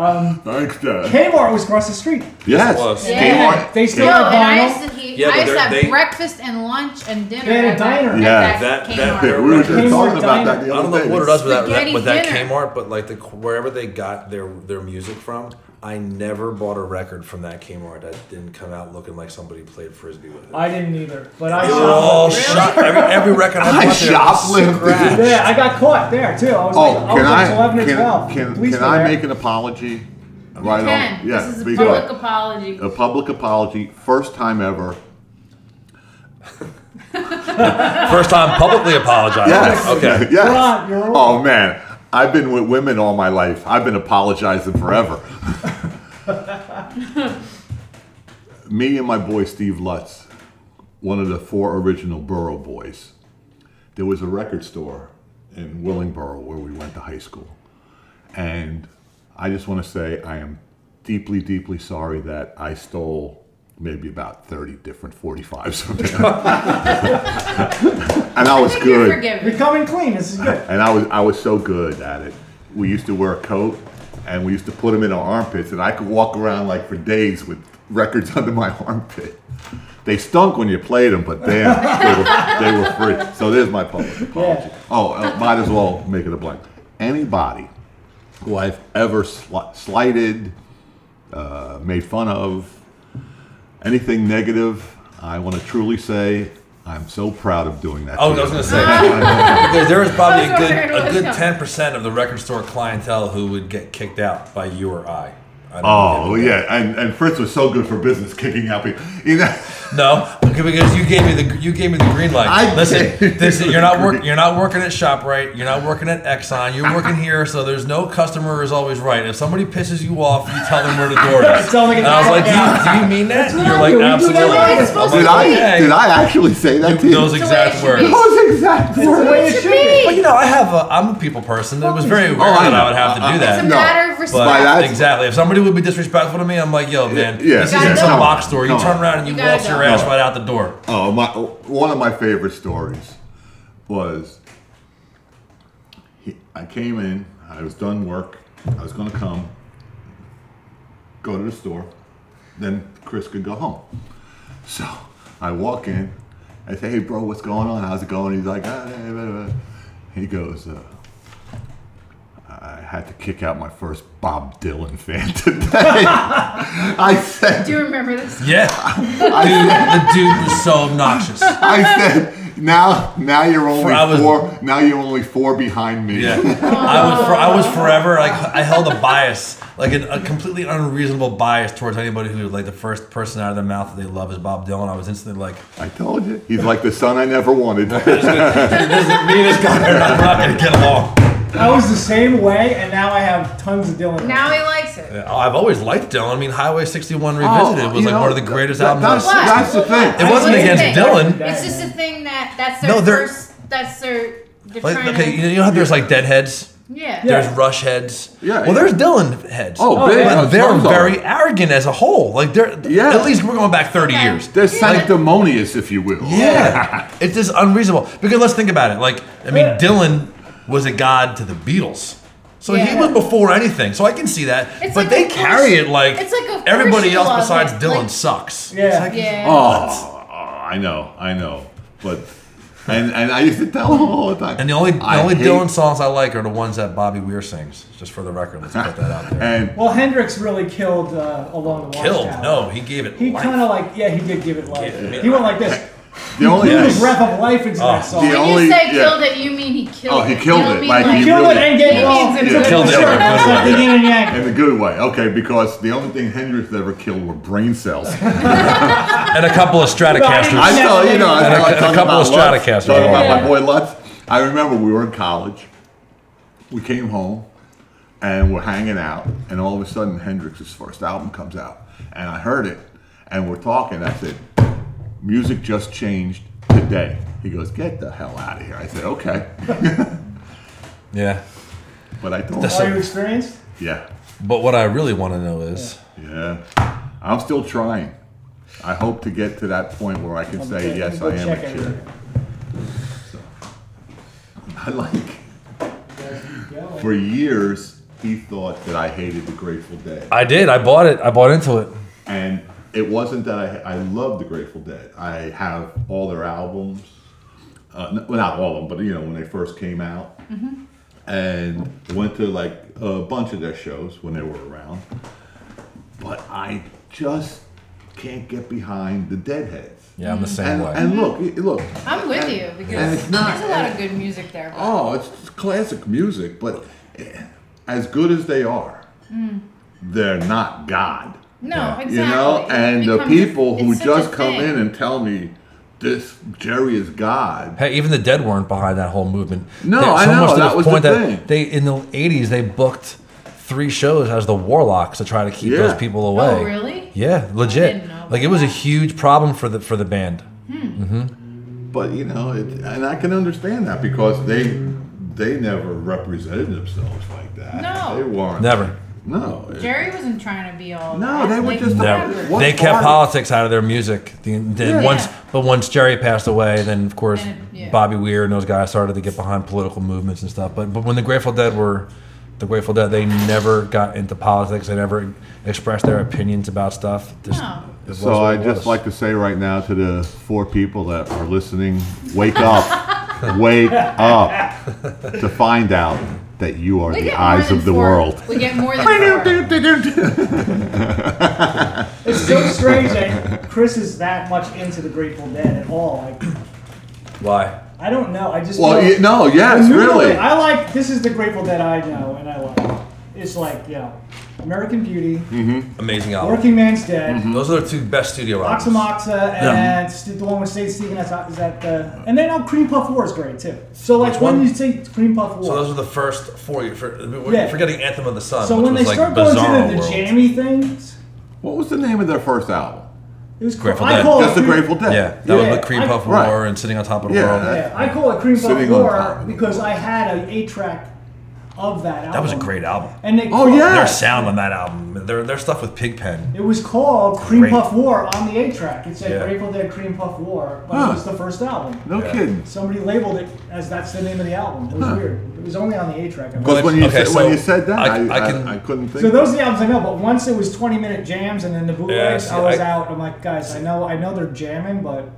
Thanks, Dad.
Kmart was across the street.
Yes.
was.
Kmart-
Yeah.
They still
No,
have
and I
vinyl.
used to, he,
Yeah, but
I used
they're-
to have
they-
breakfast and lunch and dinner.
They had a
at that-
diner.
at
Yeah.
that,
That- that-
Yeah,
Kmart.
we were just
Kmart
talking about
diner.
that the
I don't
other
know
day.
what it does with that,
Spaghetti
with that
dinner.
Kmart, but like the wherever they got their their music from, I never bought a record from that Kmart that didn't come out looking like somebody played frisbee with it.
I didn't either, but I
They were all
shoplifted.
shop. Every, every record
*laughs*
I
I
bought there was
shoplifted.
scratched.
Yeah, I got caught there too. I was
Oh,
like, I was
can
like
I?
11 or
can,
12.
Can,
Police
can
were
I
there.
make an apology? Right
Ken,
on. Yeah,
this is
be
a public
good.
apology.
a public apology. First time ever.
First time publicly apologizing.
Yes.
Okay.
*laughs* Yes.
Ron, you're all-
Oh man, I've been with women all my life. I've been apologizing forever. *laughs* Me and my boy Steve Lutz, one of the four original Borough boys, there was a record store in Willingboro where we went to high school. And I just want to say I am deeply, deeply sorry that I stole maybe about 30 different 45s from him. and I was
I think
good.
You're forgiven.
You're coming clean. This is good.
And I was I was so good at it. We used to wear a coat, and we used to put them in our armpits, and I could walk around like for days with records *laughs* under my armpit. They stunk when you played them, but damn, they were, they were free. So there's my public apology.
Yeah.
Oh, uh, might as well make it a blank. Anybody who I've ever sli- slighted, uh, made fun of, anything negative, I want to truly say I'm so proud of doing that.
Oh,
to
I was
them.
gonna say because there was probably a
That's where
good
it
a
was
good
going.
ten percent of the record store clientele who would get kicked out by you or I. I don't
Oh
know.
yeah, and, and Fritz was so good for business, kicking out people. You know,
No, okay, because you gave me the you gave me the green light.
I
Listen,
gave
this,
*laughs* you the
you're not
green-
working you're not working at Shoprite. You're not working at Exxon.
*laughs*
You're working here, so there's no customer is always right. If somebody pisses you off, you tell them where the door is.
Tell them to
and
get
I was
the
like, do
fuck
you, do you mean that?
what
You're
I
like,
do. We do that
absolutely.
all
Oh
the time.
I'm like,
did I
okay.
did I actually say that to you?
Those
the way it
exact
should be.
words.
Those exact
It's the way
words.
it should
It's
be.
Well, you know, I have a, I'm a people person. It was very
Oh,
aware
I
that
know.
I would have to
I- I-
Uh,
do
It's a
No,
that.
matter of
By
respect.
that-
Exactly. If somebody would be disrespectful to me, I'm like, yo, man,
yeah,
this
yeah,
isn't
come
some
on,
box store. You
come
turn
on.
around and you,
You gotta
waltz
go.
your ass
No.
right out the door.
Oh my! One of my favorite stories was he, I came in. I was done work. I was gonna come, go to the store, then Chris could go home. So I walk in. I say, "Hey, bro, what's going on? How's it going?" He's like, ah, blah, blah, blah." "He goes." Uh, I had to kick out my first Bob Dylan fan today. *laughs* I said,
Do you remember this?
Yeah,
I said,
the dude was so obnoxious.
*laughs* I said, now, now you're only
I was-
four. Now you're only four behind me.
Yeah, I was for, I was forever like I held a bias, like an, a completely unreasonable bias towards anybody who like the first person out of their mouth that they love is Bob Dylan. I was instantly like,
I told you, he's like the son I never
*laughs*
wanted. Oh,
me and this guy are not, we're not gonna get along.
I was the same way, and now I have tons of Dylan.
Now he likes it.
Yeah, I've always liked Dylan. I mean, Highway 61 Revisited
Oh,
was
you
like
know,
one of the greatest
that- that's-
albums. I've seen.
Why?
that's the thing.
Why?
It wasn't
What's the
against
thing?
Dylan.
It's just a thing that that's their
No, they're-
first. That's their. They're
Like,
trying
okay,
to,
you know how there's like deadheads.
Yeah.
There's Rush heads.
Yeah,
Well,
yeah.
there's Dylan heads.
Oh, big.
yeah.
uh,
But they're
tons of
very
them.
arrogant as a whole. Like they're
Yeah.
at least we're going back 30
Yeah.
years.
They're sanctimonious, if you will.
*laughs* Yeah, it's just unreasonable. Because let's think about it. Like, I mean,
Yeah.
Dylan was a god to the Beatles, so he
Yeah.
was before anything. So I can see that.
It's
but
like
they
a
carry
push-
it like
it's like a
everybody
push
else
love,
besides
like-
Dylan
like-
sucks.
Yeah.
It's like-
Yeah.
Oh, *laughs* I know, I know. But and and I used to tell him all the time.
And the only the
I
only
hate-
Dylan songs I like are the ones that Bobby Weir sings. Just for the record, let's put that *laughs* out there.
and
Well, Hendrix really killed uh, along the
Killed?
Watchtower.
No, he gave it.
He
life.
kind of like yeah, he did give it life.
Give it
he went like this.
the only
He
Yeah.
was
Yes.
thing,
breath of life into that
Oh,
song.
the
When
only-
you say
yeah.
killed it, you mean he killed
Oh,
it.
he killed
you don't
it,
mean
like,
He
he
killed
really-
it and gave
He
it all.
means it's
Killed
It's
it.
like the yin and yang.
in a good way, okay? Because the only thing Hendrix ever killed were brain cells.
and a couple of
I
Stratocasters.
still, you know, I
And a-
still like
a
talking
couple
about
of
Lutz,
Stratocasters.
Talking about
Yeah.
my boy Lutz. I remember we were in college. We came home and we're hanging out, and all of a sudden Hendrix's first album comes out, and I heard it, and we're talking. I said, "Music just changed today." He goes, "Get the hell out of here!" I said, "Okay," *laughs*
Yeah.
but I told
Are
him,
you experienced?
"Yeah,
But what I really want to know is,
yeah, I'm still trying." I hope to get to that point where I can say,
Okay,
yes,
go
I am
check
a
everything.
chick. So, *laughs* I like
Yeah.
For years, he thought that I hated the Grateful Dead,
I did. I bought it. I bought into it.
and it wasn't that I I love the Grateful Dead. I have all their albums, uh, n- well, not all of them, but you know when they first came out,
Mm-hmm.
and went to like a bunch of their shows when they were around. But I just can't get behind the Deadheads.
Yeah,
Mm.
I'm the same
And,
way.
and look, y- look.
I'm with
and-
you because
and it's not-
there's a lot of good music there. but-
Oh, it's it's classic music, but eh, as good as they are, they're not God.
no, exactly.
You know,
It
and the
becomes-
people who
it's such a
just come
thing.
in and tell me this Jerry is God.
Hey, even the dead weren't behind that whole movement.
No,
There-
I know,
to
that was the
that
thing.
They in the '80s they booked three shows as the Warlocks to try to keep
Yeah.
those people away.
Oh, really?
Yeah, legit.
didn't know
Like it was a
that.
huge problem for the for the band.
But you know, it, and I can understand that because they they never represented themselves like that.
No.
they weren't.
Never.
No. it-
Jerry wasn't trying to be all.
No,
that.
they were
Like,
just a-
Never.
What
they kept
party?
politics out of their music. The, then
Yeah.
once,
Yeah.
but once Jerry passed away, then of course
And it- yeah.
Bobby Weir and those guys started to get behind political movements and stuff. But but when the Grateful Dead were the Grateful Dead, they never got into politics. They never expressed their opinions about stuff. Just-
No.
it was
So
what
I
it
just
was.
like to say right now to the four people that are listening, wake
*laughs*
up, wake up, to find out that you are
We
the
get more
eyes
than
of the
four-
world.
We get
*laughs*
more than four.
It's so strange that Chris is that much into the Grateful Dead at all. Like
why.
I don't know. I just
Well,
feel-
you, no, yes,
New
really.
Orleans- I like this is the Grateful Dead I know and I like. It's like you know, American Beauty,
Mm-hmm. Amazing album.
Working Man's Dead,
Those are the two best studio albums.
Oxa Moxa, and
Mm-hmm. Yeah.
st- the one with State Steven. That's not, is that the and then now Cream Puff War is great too. So like
Which
when
one?
you say Cream Puff War,
So those are the first four. You're for- we're
Yeah.
forgetting Anthem of the Sun,
so
which
when
was
they
like
start going
bizarre
to the, the
world.
jammy things,
What was the name of their first album?
it was cool.
Grateful
I
Dead.
call
Just
it
the
Cream-
Grateful Dead.
yeah, that
Yeah,
was the Cream
I-
Puff
Right.
War and sitting on top of the
Yeah,
world.
that-
Yeah, I call it Cream Puff
Sitting on
War
top.
because I had an eight track of that album.
That was a great album.
And they
Oh,
called-
yeah.
Their sound on that album, their their stuff with Pigpen.
It was called Cream
Great.
Puff War on the A track. It said
Yeah.
Grateful Dead Cream Puff War, but
Huh.
it was the first album.
No
Yeah.
kidding.
Somebody labeled it as that's the name of the album. It was weird. It was only on the A track. I
Because when you,
Okay,
said,
so
when you said that,
I-
I,
I
I,
can-
I couldn't think.
So those are the albums I know, but once it was 20 minute jams and then the bootlegs,
see,
I was
I-
out. I'm like, guys, I know, I know they're jamming, but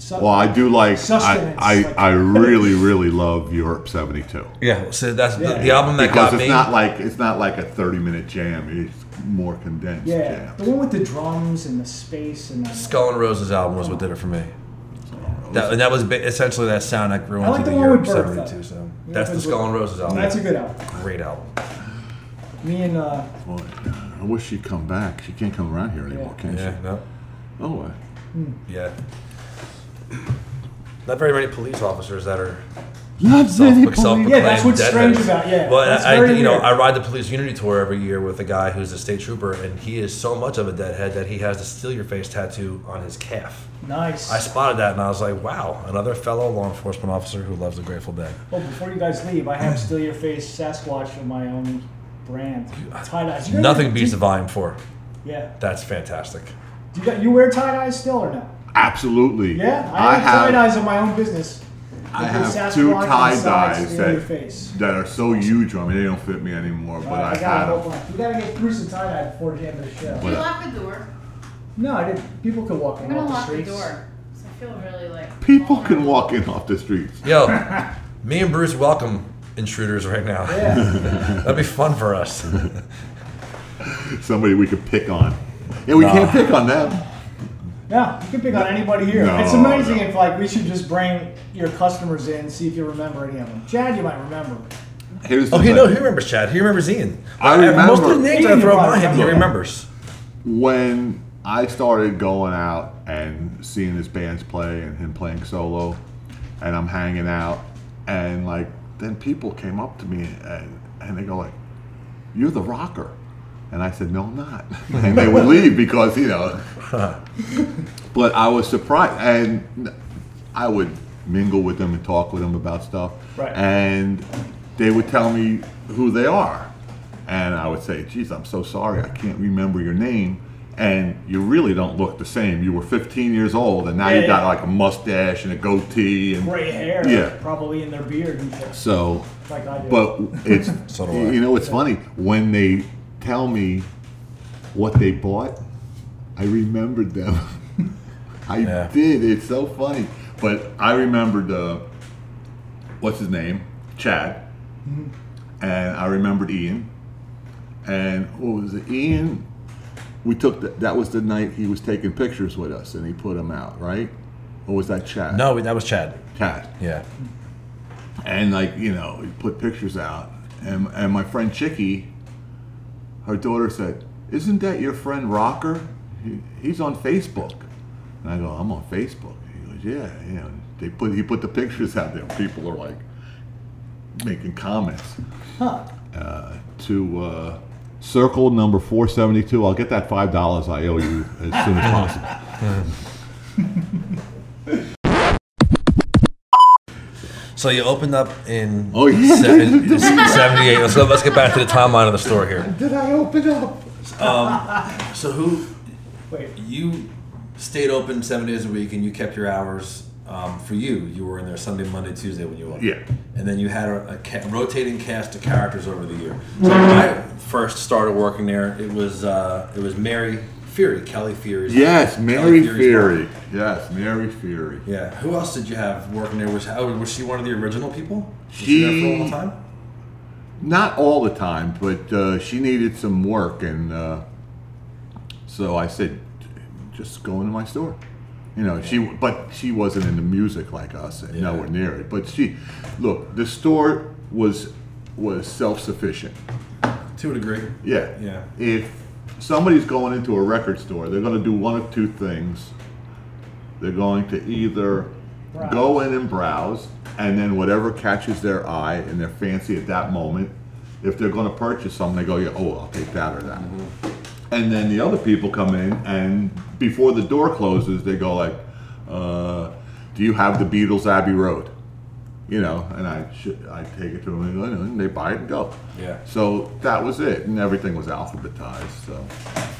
so,
well, I do like. I,
Sustenance,
I,
like-
I really really love Europe '72
Yeah, so that's the,
Yeah.
the album that
because
got
it's
me.
not like it's not like a 30 minute jam. It's more condensed.
yeah,
jam.
the one with the drums and the space and the,
Skull and Roses album was what did it for me. That, and that was ba- essentially that sound that grew
I
into
like
the,
the one
year
with
of
Bertha.
'72. So
Yeah,
that's the
with
Skull and Roses album.
that's a good album.
great album.
Me and uh,
Boy, I wish she'd come back. She can't come around here anymore,
Yeah.
can
Yeah, no,
she? Oh, well.
*laughs*
yeah. Not very many police officers that are
Not
self,
many
self-proclaimed
Yeah, that's what's
dead
strange
man.
about- yeah,
But
that's
I, I
very
you know,
weird.
I ride the police unity tour every year with a guy who's a state trooper, and he is so much of a deadhead that he has the "steal your face" tattoo on his calf.
Nice.
I spotted that, and I was like, "Wow, another fellow law enforcement officer who loves the Grateful Dead."
Well, Oh, before you guys leave, I have Steal Your Face Sasquatch from my own brand. Tie dyes.
Nothing beats the volume four.
Yeah.
That's fantastic.
Do you, got- you wear tie dyes still or no?
Absolutely.
Yeah, I,
I
have tie
have,
dyes in my own business.
I
With the
have
Sasquatch
two
on the
tie
side,
dyes
steal your
that,
face.
that are so huge on me, they don't fit me anymore, but
All right,
I
I got
have
it. You gotta get through some tie dye before the end of the show.
You
What?
lock the door.
No, I didn't. People could walk
I'm
in
gonna
off the
lock the
streets.
door. 'cause I feel really like
People
vulnerable.
can walk in off the streets.
*laughs*
Yo, me and Bruce welcome intruders right now.
*laughs* Yeah.
That'd be fun for us.
Somebody we could pick on. Yeah, we can't pick on them.
no, you can pick on anybody here.
No,
it's amazing
no.
if like we should just bring your customers in, see if you remember any of them. Chad, you might remember.
Here's the
Okay,
thing.
no, Oh, he remembers Chad. He remembers Ian.
I
Most
remember.
of the names
Ian
I throw
probably
by him, he
remembers.
remembers.
when I started going out and seeing his bands play and him playing solo, and I'm hanging out, and like then people came up to me and and they go like, "You're the rocker," and I said, "No, I'm not," *laughs* and they would leave because you know. but I was surprised, and I would mingle with them and talk with them about stuff,
Right.
and they would tell me who they are. And I would say, geez, I'm so sorry, I can't remember your name. And you really don't look the same. You were 15 years old, and now
Yeah,
you got
yeah.
like a mustache and a goatee. And
Gray hair,
Yeah.
probably in their beard and shit,
so,
like I do.
but it's,
*laughs* So do I.
you know, it's funny. When they tell me what they bought, I remembered them. *laughs* I
Yeah.
did. It's so funny. But I remembered, uh, what's his name? Chad.
Mm-hmm.
And I remembered Ian. And what was it? Ian, we took the, that was the night he was taking pictures with us and he put them out, right? Or was that Chad?
No, that was Chad.
Chad
Yeah.
and like you know we put pictures out and and my friend Chicky her daughter said isn't that your friend rocker he, he's on facebook and i go i'm on facebook he goes yeah you know they put he put the pictures out there people are like making comments
huh.
uh, to uh, circle number 472 i'll get that five dollars i owe you as soon as possible
So you opened up in
Oh, yeah.
seven- 78. Let's, go, let's get back to the timeline of the story here.
did i open up
So who
Wait,
you stayed open seven days a week and you kept your hours um, for you. You were in there Sunday, Monday, Tuesday when you opened.
Yeah.
And then you had a, a ca- rotating cast of characters over the year. So when I first started working there, it was uh, it was Mary Fury, Kelly
*laughs*
Fury.
yes mary
Fury's
fury
mom.
yes mary fury
Yeah. Who else did you have working there? Was oh, was she one of the original people? Was there for a
She-
long time.
not all the time, but uh, she needed some work, and uh, so I said, just go into my store. You know, she but she wasn't into music like us, and
Yeah.
nowhere near it. But she, look, the store was was self sufficient.
To a degree.
Yeah.
Yeah.
If somebody's going into a record store, they're going to do one of two things. They're going to either go in and browse, and then whatever catches their eye and their fancy at that moment, if they're going to purchase something, they go, yeah, oh, I'll take that or that. And then the other people come in, and before the door closes, they go like, uh, "Do you have the Beatles Abbey Road?" You know, and I should I take it to them, and go, and they buy it and go.
Yeah.
So that was it, and everything was alphabetized. So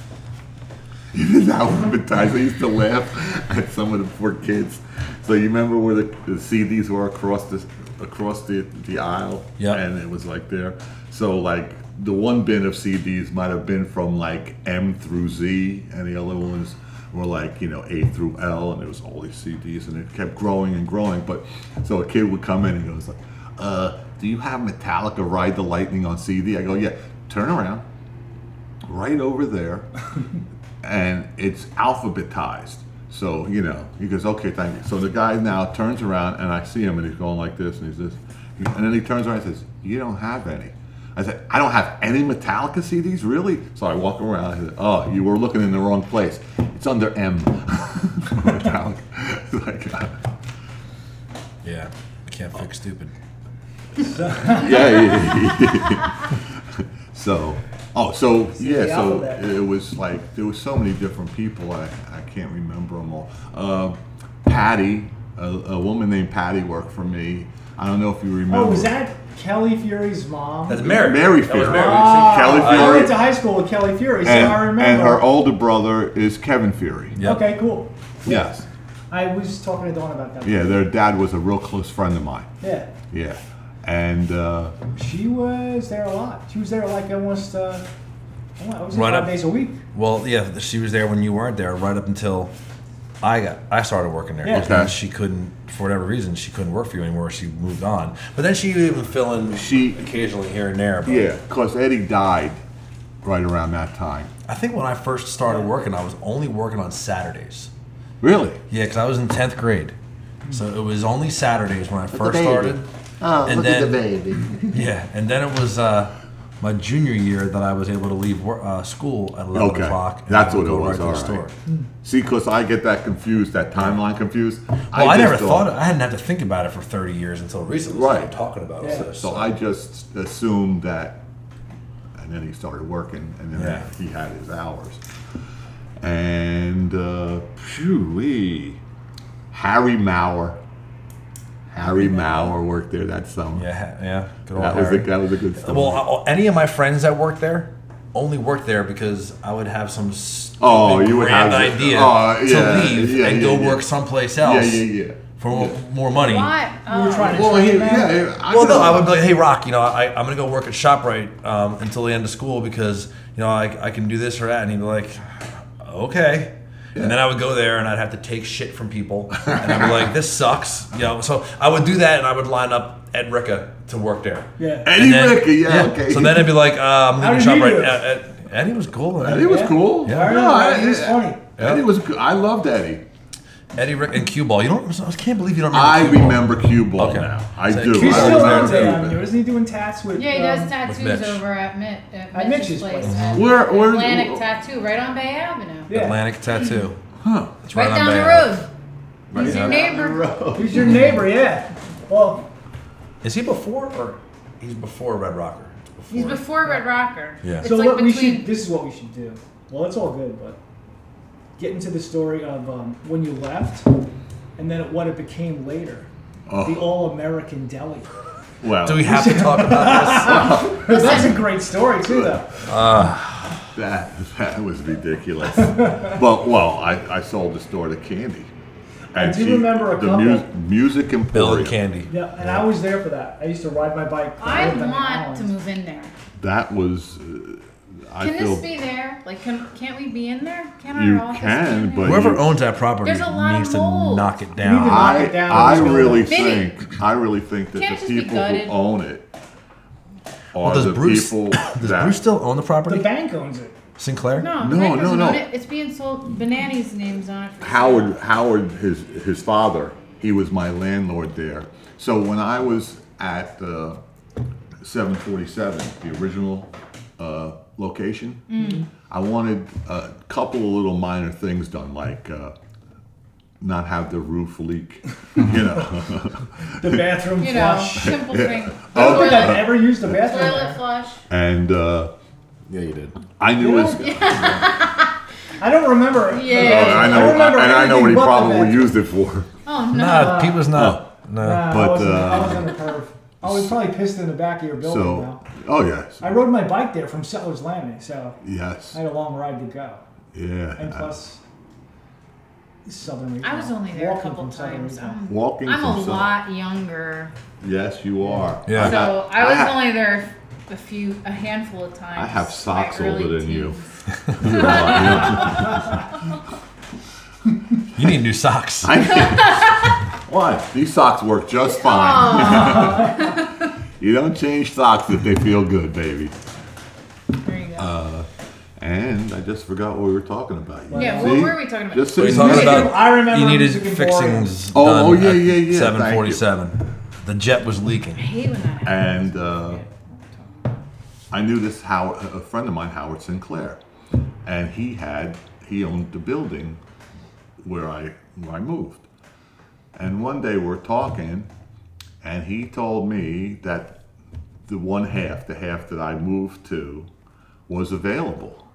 *laughs* it is alphabetized. I used to laugh at some of the poor kids. So you remember where the, the CDs were across the across the, the aisle?
Yeah.
And it was like there. So like the one bin of CDs might have been from like M through Z, and the other ones were like you know A through L, and it was all these CDs, and it kept growing and growing. But so a kid would come in and he goes like, uh, "Do you have Metallica Ride the Lightning on CD?" I go, "Yeah." Turn around, right over there, and it's alphabetized. So, you know, he goes, okay, thank you. So the guy now turns around and I see him and he's going like this and he's this. And then he turns around and says, you don't have any. I said, I don't have any Metallica CDs, really? So I walk around. I said, oh, you were looking in the wrong place. It's under M. *laughs* Metallica. It's *laughs* like, uh,
Oh. Yeah. I can't fix stupid.
yeah. yeah, yeah. *laughs* so, oh, so yeah,
the
so
alphabet.
it was like there was so many different people. I I can't remember them all. Uh, Patty, a, a woman named Patty worked for me. I don't know if you remember.
Oh, was that Kelly Fury's mom?
That's Mary.
Mary
That was
Fury.
Mary.
Ah,
Kelly
I
Fury.
went to high school with Kelly Fury, so
and,
I remember.
and her older brother is Kevin Fury.
Yep.
Okay, cool.
Yes.
I was just talking to Dawn about that.
Yeah, their dad was a real close friend of mine.
Yeah.
Yeah. And uh,
She was there a lot. She was there like almost, uh, I don't know, it was
Right
five
up-
days a week.
Well, yeah, she was there when you weren't there, right up until I got I started working there.
Yeah.
And then
Okay.
She couldn't, for whatever reason, she couldn't work for you anymore. She moved on. But then she would even fill in
She-
occasionally here and there. But
yeah, because Eddie died right around that time.
I think when I first started working, I was only working on Saturdays.
Really?
Yeah, because I was in tenth grade, so it was only Saturdays when I first
baby.
started.
Oh,
And look at the then-
baby.
Yeah, and then it was uh, my junior year that I was able to leave wor- uh, school at eleven
Okay,
o'clock. and
that's
I would
what it
go
was.
to
All
the
right. See, because I get that confused, that timeline confused.
Well, Oh, I,
just
never
don't-
thought I hadn't had to think about it for thirty years until recently.
Right.
so I'm talking about it.
Yeah.
So,
So I just assumed that, and then he started working, and then
Yeah.
he had his hours. And uh, phew, Harry Mauer, Harry Mauer worked there that summer.
yeah, ha- yeah. Good old
that was a,
Harry.
that was a good story.
Well, I- any of my friends that worked there only worked there because I would have some stupid
Oh, you would
grand
have-
idea
oh, yeah,
to leave
yeah,
and
yeah,
go
yeah.
work someplace
yeah,
else
yeah, yeah.
for mo- more money.
Why? Oh.
We were trying to
Well,
train
he,
them.
yeah, I
Well,
could-
no, I would be like, hey, Rock, you know, I, I'm going to go work at ShopRite um, until the end of school because, you know, I, I can do this or that. And he'd be like, okay. And then I would go there and I'd have to take shit from people. And I'd be like, this sucks. You know, so I would do that and I would line up Ed Ricca to work there.
Yeah.
Eddie
And then-
Ricker, yeah, okay.
So then it'd be like, uh, I'm leaving
How did he do
ShopRite.
it?
Uh, uh, Eddie was cool.
Eddie was cool.
Yeah.
I remember,
No, I-
he was funny.
Eddie was. good. I loved Eddie.
Eddie Ricca and Cue Ball. You don't, I can't believe you don't remember
I
Cue Ball.
remember cue ball
Okay.
now. I
So
do.
He's
He's
I
still
remember
out there.
Cue
I
Ball.
mean, isn't he doing tats with?
Yeah, he does
um,
Mitch.
tattoos over at Mitt, at
At
Mitch's
Mitch's
place.
place.
at
Where- where-
Atlantic Tattoo, right on Bay Avenue.
Yeah.
Atlantic Tattoo.
Huh.
It's
Right,
on
down
Bay
the
Ave.
road. He's your
down
neighbor.
He's your neighbor, yeah. Well,
Is he before or he's before Red Rocker?
He's before Red Rocker.
Yeah.
It's
so
like
what we
between-
should. This is what we should do. Well, it's all good, but get into the story of um, when you left, and then what it became later.
Oh.
The All American Deli. *laughs*
Well,
Do we have to talk about
That's a great story too, though.
that that was ridiculous. but well, I, I sold the store to Candy. And
do remember a
the
couple.
music
this? Bill
emporium.
and Candy.
Yeah, and I was there for that. I used to ride my bike.
I
with them in
want
Allen's.
to move in there.
That was. Uh, I
Can
feel
this be there? Like, can, can't we be in there? Can
You
our office
can,
be in there?
but-
Whoever owns that property
There's a lot of
needs to
mold.
knock it
We need to
down.
knock
I
it down.
I
Let's go.
really
Vinny.
think I really think that
Can't it just
the
be
people who
gutted?
own it are
does
the
Bruce-
people
*laughs* *coughs* Does
that
Bruce still own the
The
property?
bank owns
*laughs*
it.
Sinclair?
No,
No,
Mike
no,
doesn't
no.
own it. It's being sold. Banani's name's on it. for
Howard Howard his his father he was my landlord there. So when I was at uh, 747, the original uh, location,
Mm-hmm.
I wanted a couple of little minor things done, like uh, not have the roof leak, you know,
*laughs*
The bathroom
sale. You know,
flush.
*laughs*
simple thing.
I
Oh.
don't think I've
Toilet,
ever used the bathroom.
toilet
there.
flush.
and uh,
Yeah, you did.
I knew it was.
I don't remember.
Yeah.
Oh, I know,
remember
and I know
everything
what he
but the
probably
bathroom.
used it for.
Oh no.
Nah, Pete was not. No.
Nah, I
But,
wasn't, I
uh,
was on the curve. I was probably pissed in the back of your building
So,
now.
oh yes,
I rode my bike there from Settlers Landing, so
yes,
I had a long ride to go. And
yeah.
plus, Southern Region.
I was only there a
Walking
couple
from Southern
times. Um,
Region.
I'm,
Walking
I'm
from
a
some-
lot younger,
Yes, you are. Ah.
Yeah.
I
so
got-
I was
ha-
only there a few, a handful of times.
I have socks
my early
older than you.
teens.
*laughs*
You need new socks.
Why? These socks work just fine. *laughs*
Oh,
You don't change socks if they feel good, baby.
there you go.
Uh, And I just forgot what we were talking about. You
yeah,
see?
what were we talking about?
Just
What are you
sitting
talking
there.
about?
I remember
You needed
Music
fixings
Emporium.
done
Oh, oh, yeah,
at
yeah, yeah, thank you.
747. The jet was leaking.
I hate when that happens.
And uh, I knew this Howard, a friend of mine, Howard Sinclair, and he had he owned the building where I where I moved. And one day we're talking, and he told me that the one half, the half that I moved to, was available.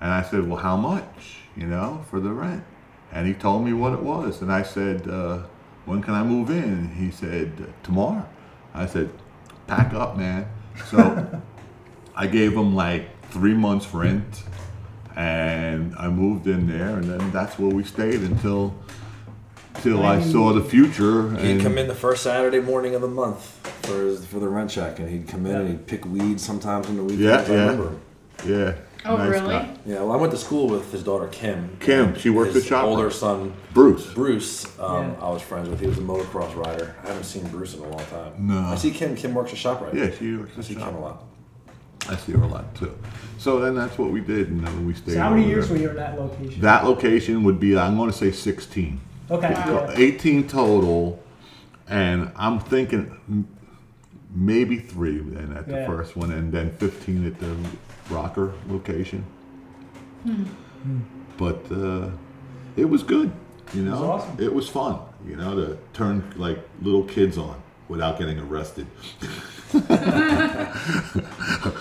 And I said, Well, how much, you know, for the rent? And he told me what it was. And I said, uh, When can I move in? And he said, Tomorrow. I said, Pack up, man. So *laughs* I gave him like three months' rent and I moved in there. And then that's where we stayed until. Till I saw the future.
He'd
and-
come in the first Saturday morning of the month for his, for the rent check, and he'd come in and he'd pick weeds sometimes on the weekends.
Yeah,
I
yeah.
remember him.
Yeah.
Oh,
nice
really?
guy.
Yeah, well, I went to school with his daughter Kim.
Kim, she works
his
at Shopper.
older son
Bruce.
Bruce, um,
Yeah.
I was friends with. He was a motocross rider. I haven't seen Bruce in a long time.
No.
I see Kim. Kim works at Shoprite.
Yeah, she works
I
at
see Kim a
Shopper.
lot.
I see her a lot too. So then that's what we did, and then we stayed.
So how many
over
years
there.
were you in that location?
That location would be, I'm going to say 16.
okay.
So
yeah.
18 total, and I'm thinking m- maybe three then at the
Yeah.
first one, and then 15 at the Rocker location.
Hmm.
But uh, it was good, you know.
awesome.
It was fun, you know, to turn like little kids on without getting arrested.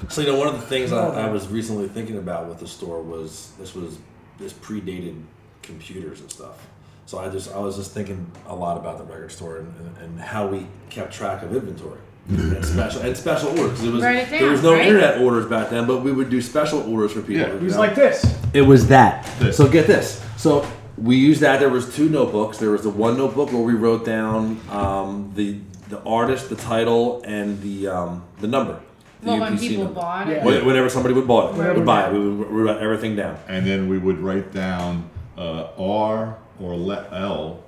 So you know, one of the things I, I was recently thinking about with the store was this was this predated computers and stuff. So I just I was just thinking a lot about the record store and, and, and how we kept track of inventory and special and special orders. 'Cause It was
Write it
there
down,
was no
right?
internet orders back then, but we would do special orders for people.
Yeah.
you
He was
know?
like this.
It was that.
This.
So get this. So we used that. There was two notebooks. There was the one notebook where we wrote down um, the the artist, the title, and the um, the number. The
Well, when
UPC
people
number.
bought
Yeah.
it.
When- Whenever somebody would buy it,
Whenever
would
we
buy it, we would we would write everything down.
and then we would write down uh, R or le- L,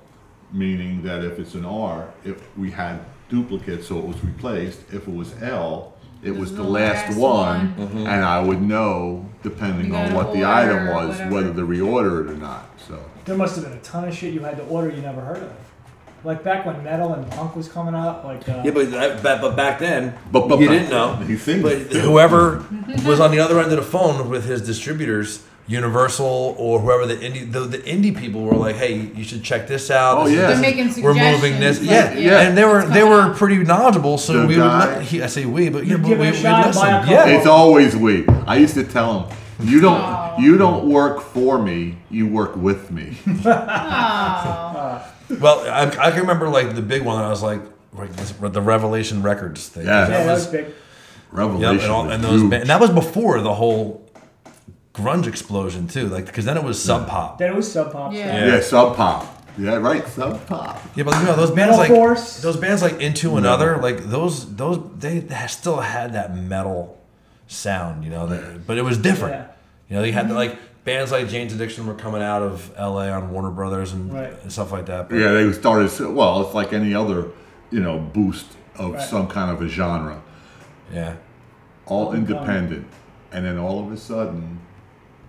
meaning that if it's an R, if we had duplicates, so it was replaced. If it was L, it was the last, one,
Mm-hmm.
and I would know depending
You
on
gotta
what the
order
item
or
was
whatever.
whether to reorder it or not. So
There must have been a ton of shit you had to order you never heard of. Like back when metal and punk was coming out, like uh,
Yeah, but that, but, but back then,
But- but
you
back
didn't know.
then, you think- *laughs*
but whoever was on the other end of the phone with his distributors, Universal or whoever the indie the, the indie people were like, hey, you should check this out.
Oh,
This is-
yeah.
They're making
We're moving this,
suggestions,
yeah,
like,
yeah.
and they were
it's
they
coming
were
up.
pretty knowledgeable, so
The
we would.
guy-
Let, he, I say we, but yeah,
You'd
but we
give it a
we
shot,
listened.
buy a couple.
Yeah,
it's always we. I used to tell them, you don't
Aw.
you don't work for me, you work with me.
Oh,
well, I, I can remember like the big one. I was like, like this, the Revelation Records thing.
Yeah.
yeah,
that
that was big.
Revelation
Yep, and, all,
was
and those
huge.
ba- and that was before the whole grunge explosion too. Like because then it was sub pop. Yeah.
Then it was sub pop.
Yeah.
stuff.
yeah, sub pop. Yeah, right, sub pop.
but you know those bands
Metal
like
Force.
those bands like Into Another, like those those they ha- still had that metal sound, you know. That, but it was different.
Yeah. Mm-hmm.
You know, they had like bands like Jane's Addiction were coming out of L.A. on Warner Brothers and,
Right.
and stuff like that. But
Yeah, they started. Well, it's like any other, you know, boost of
Right.
some kind of a genre,
yeah.
all independent, and then all of a sudden,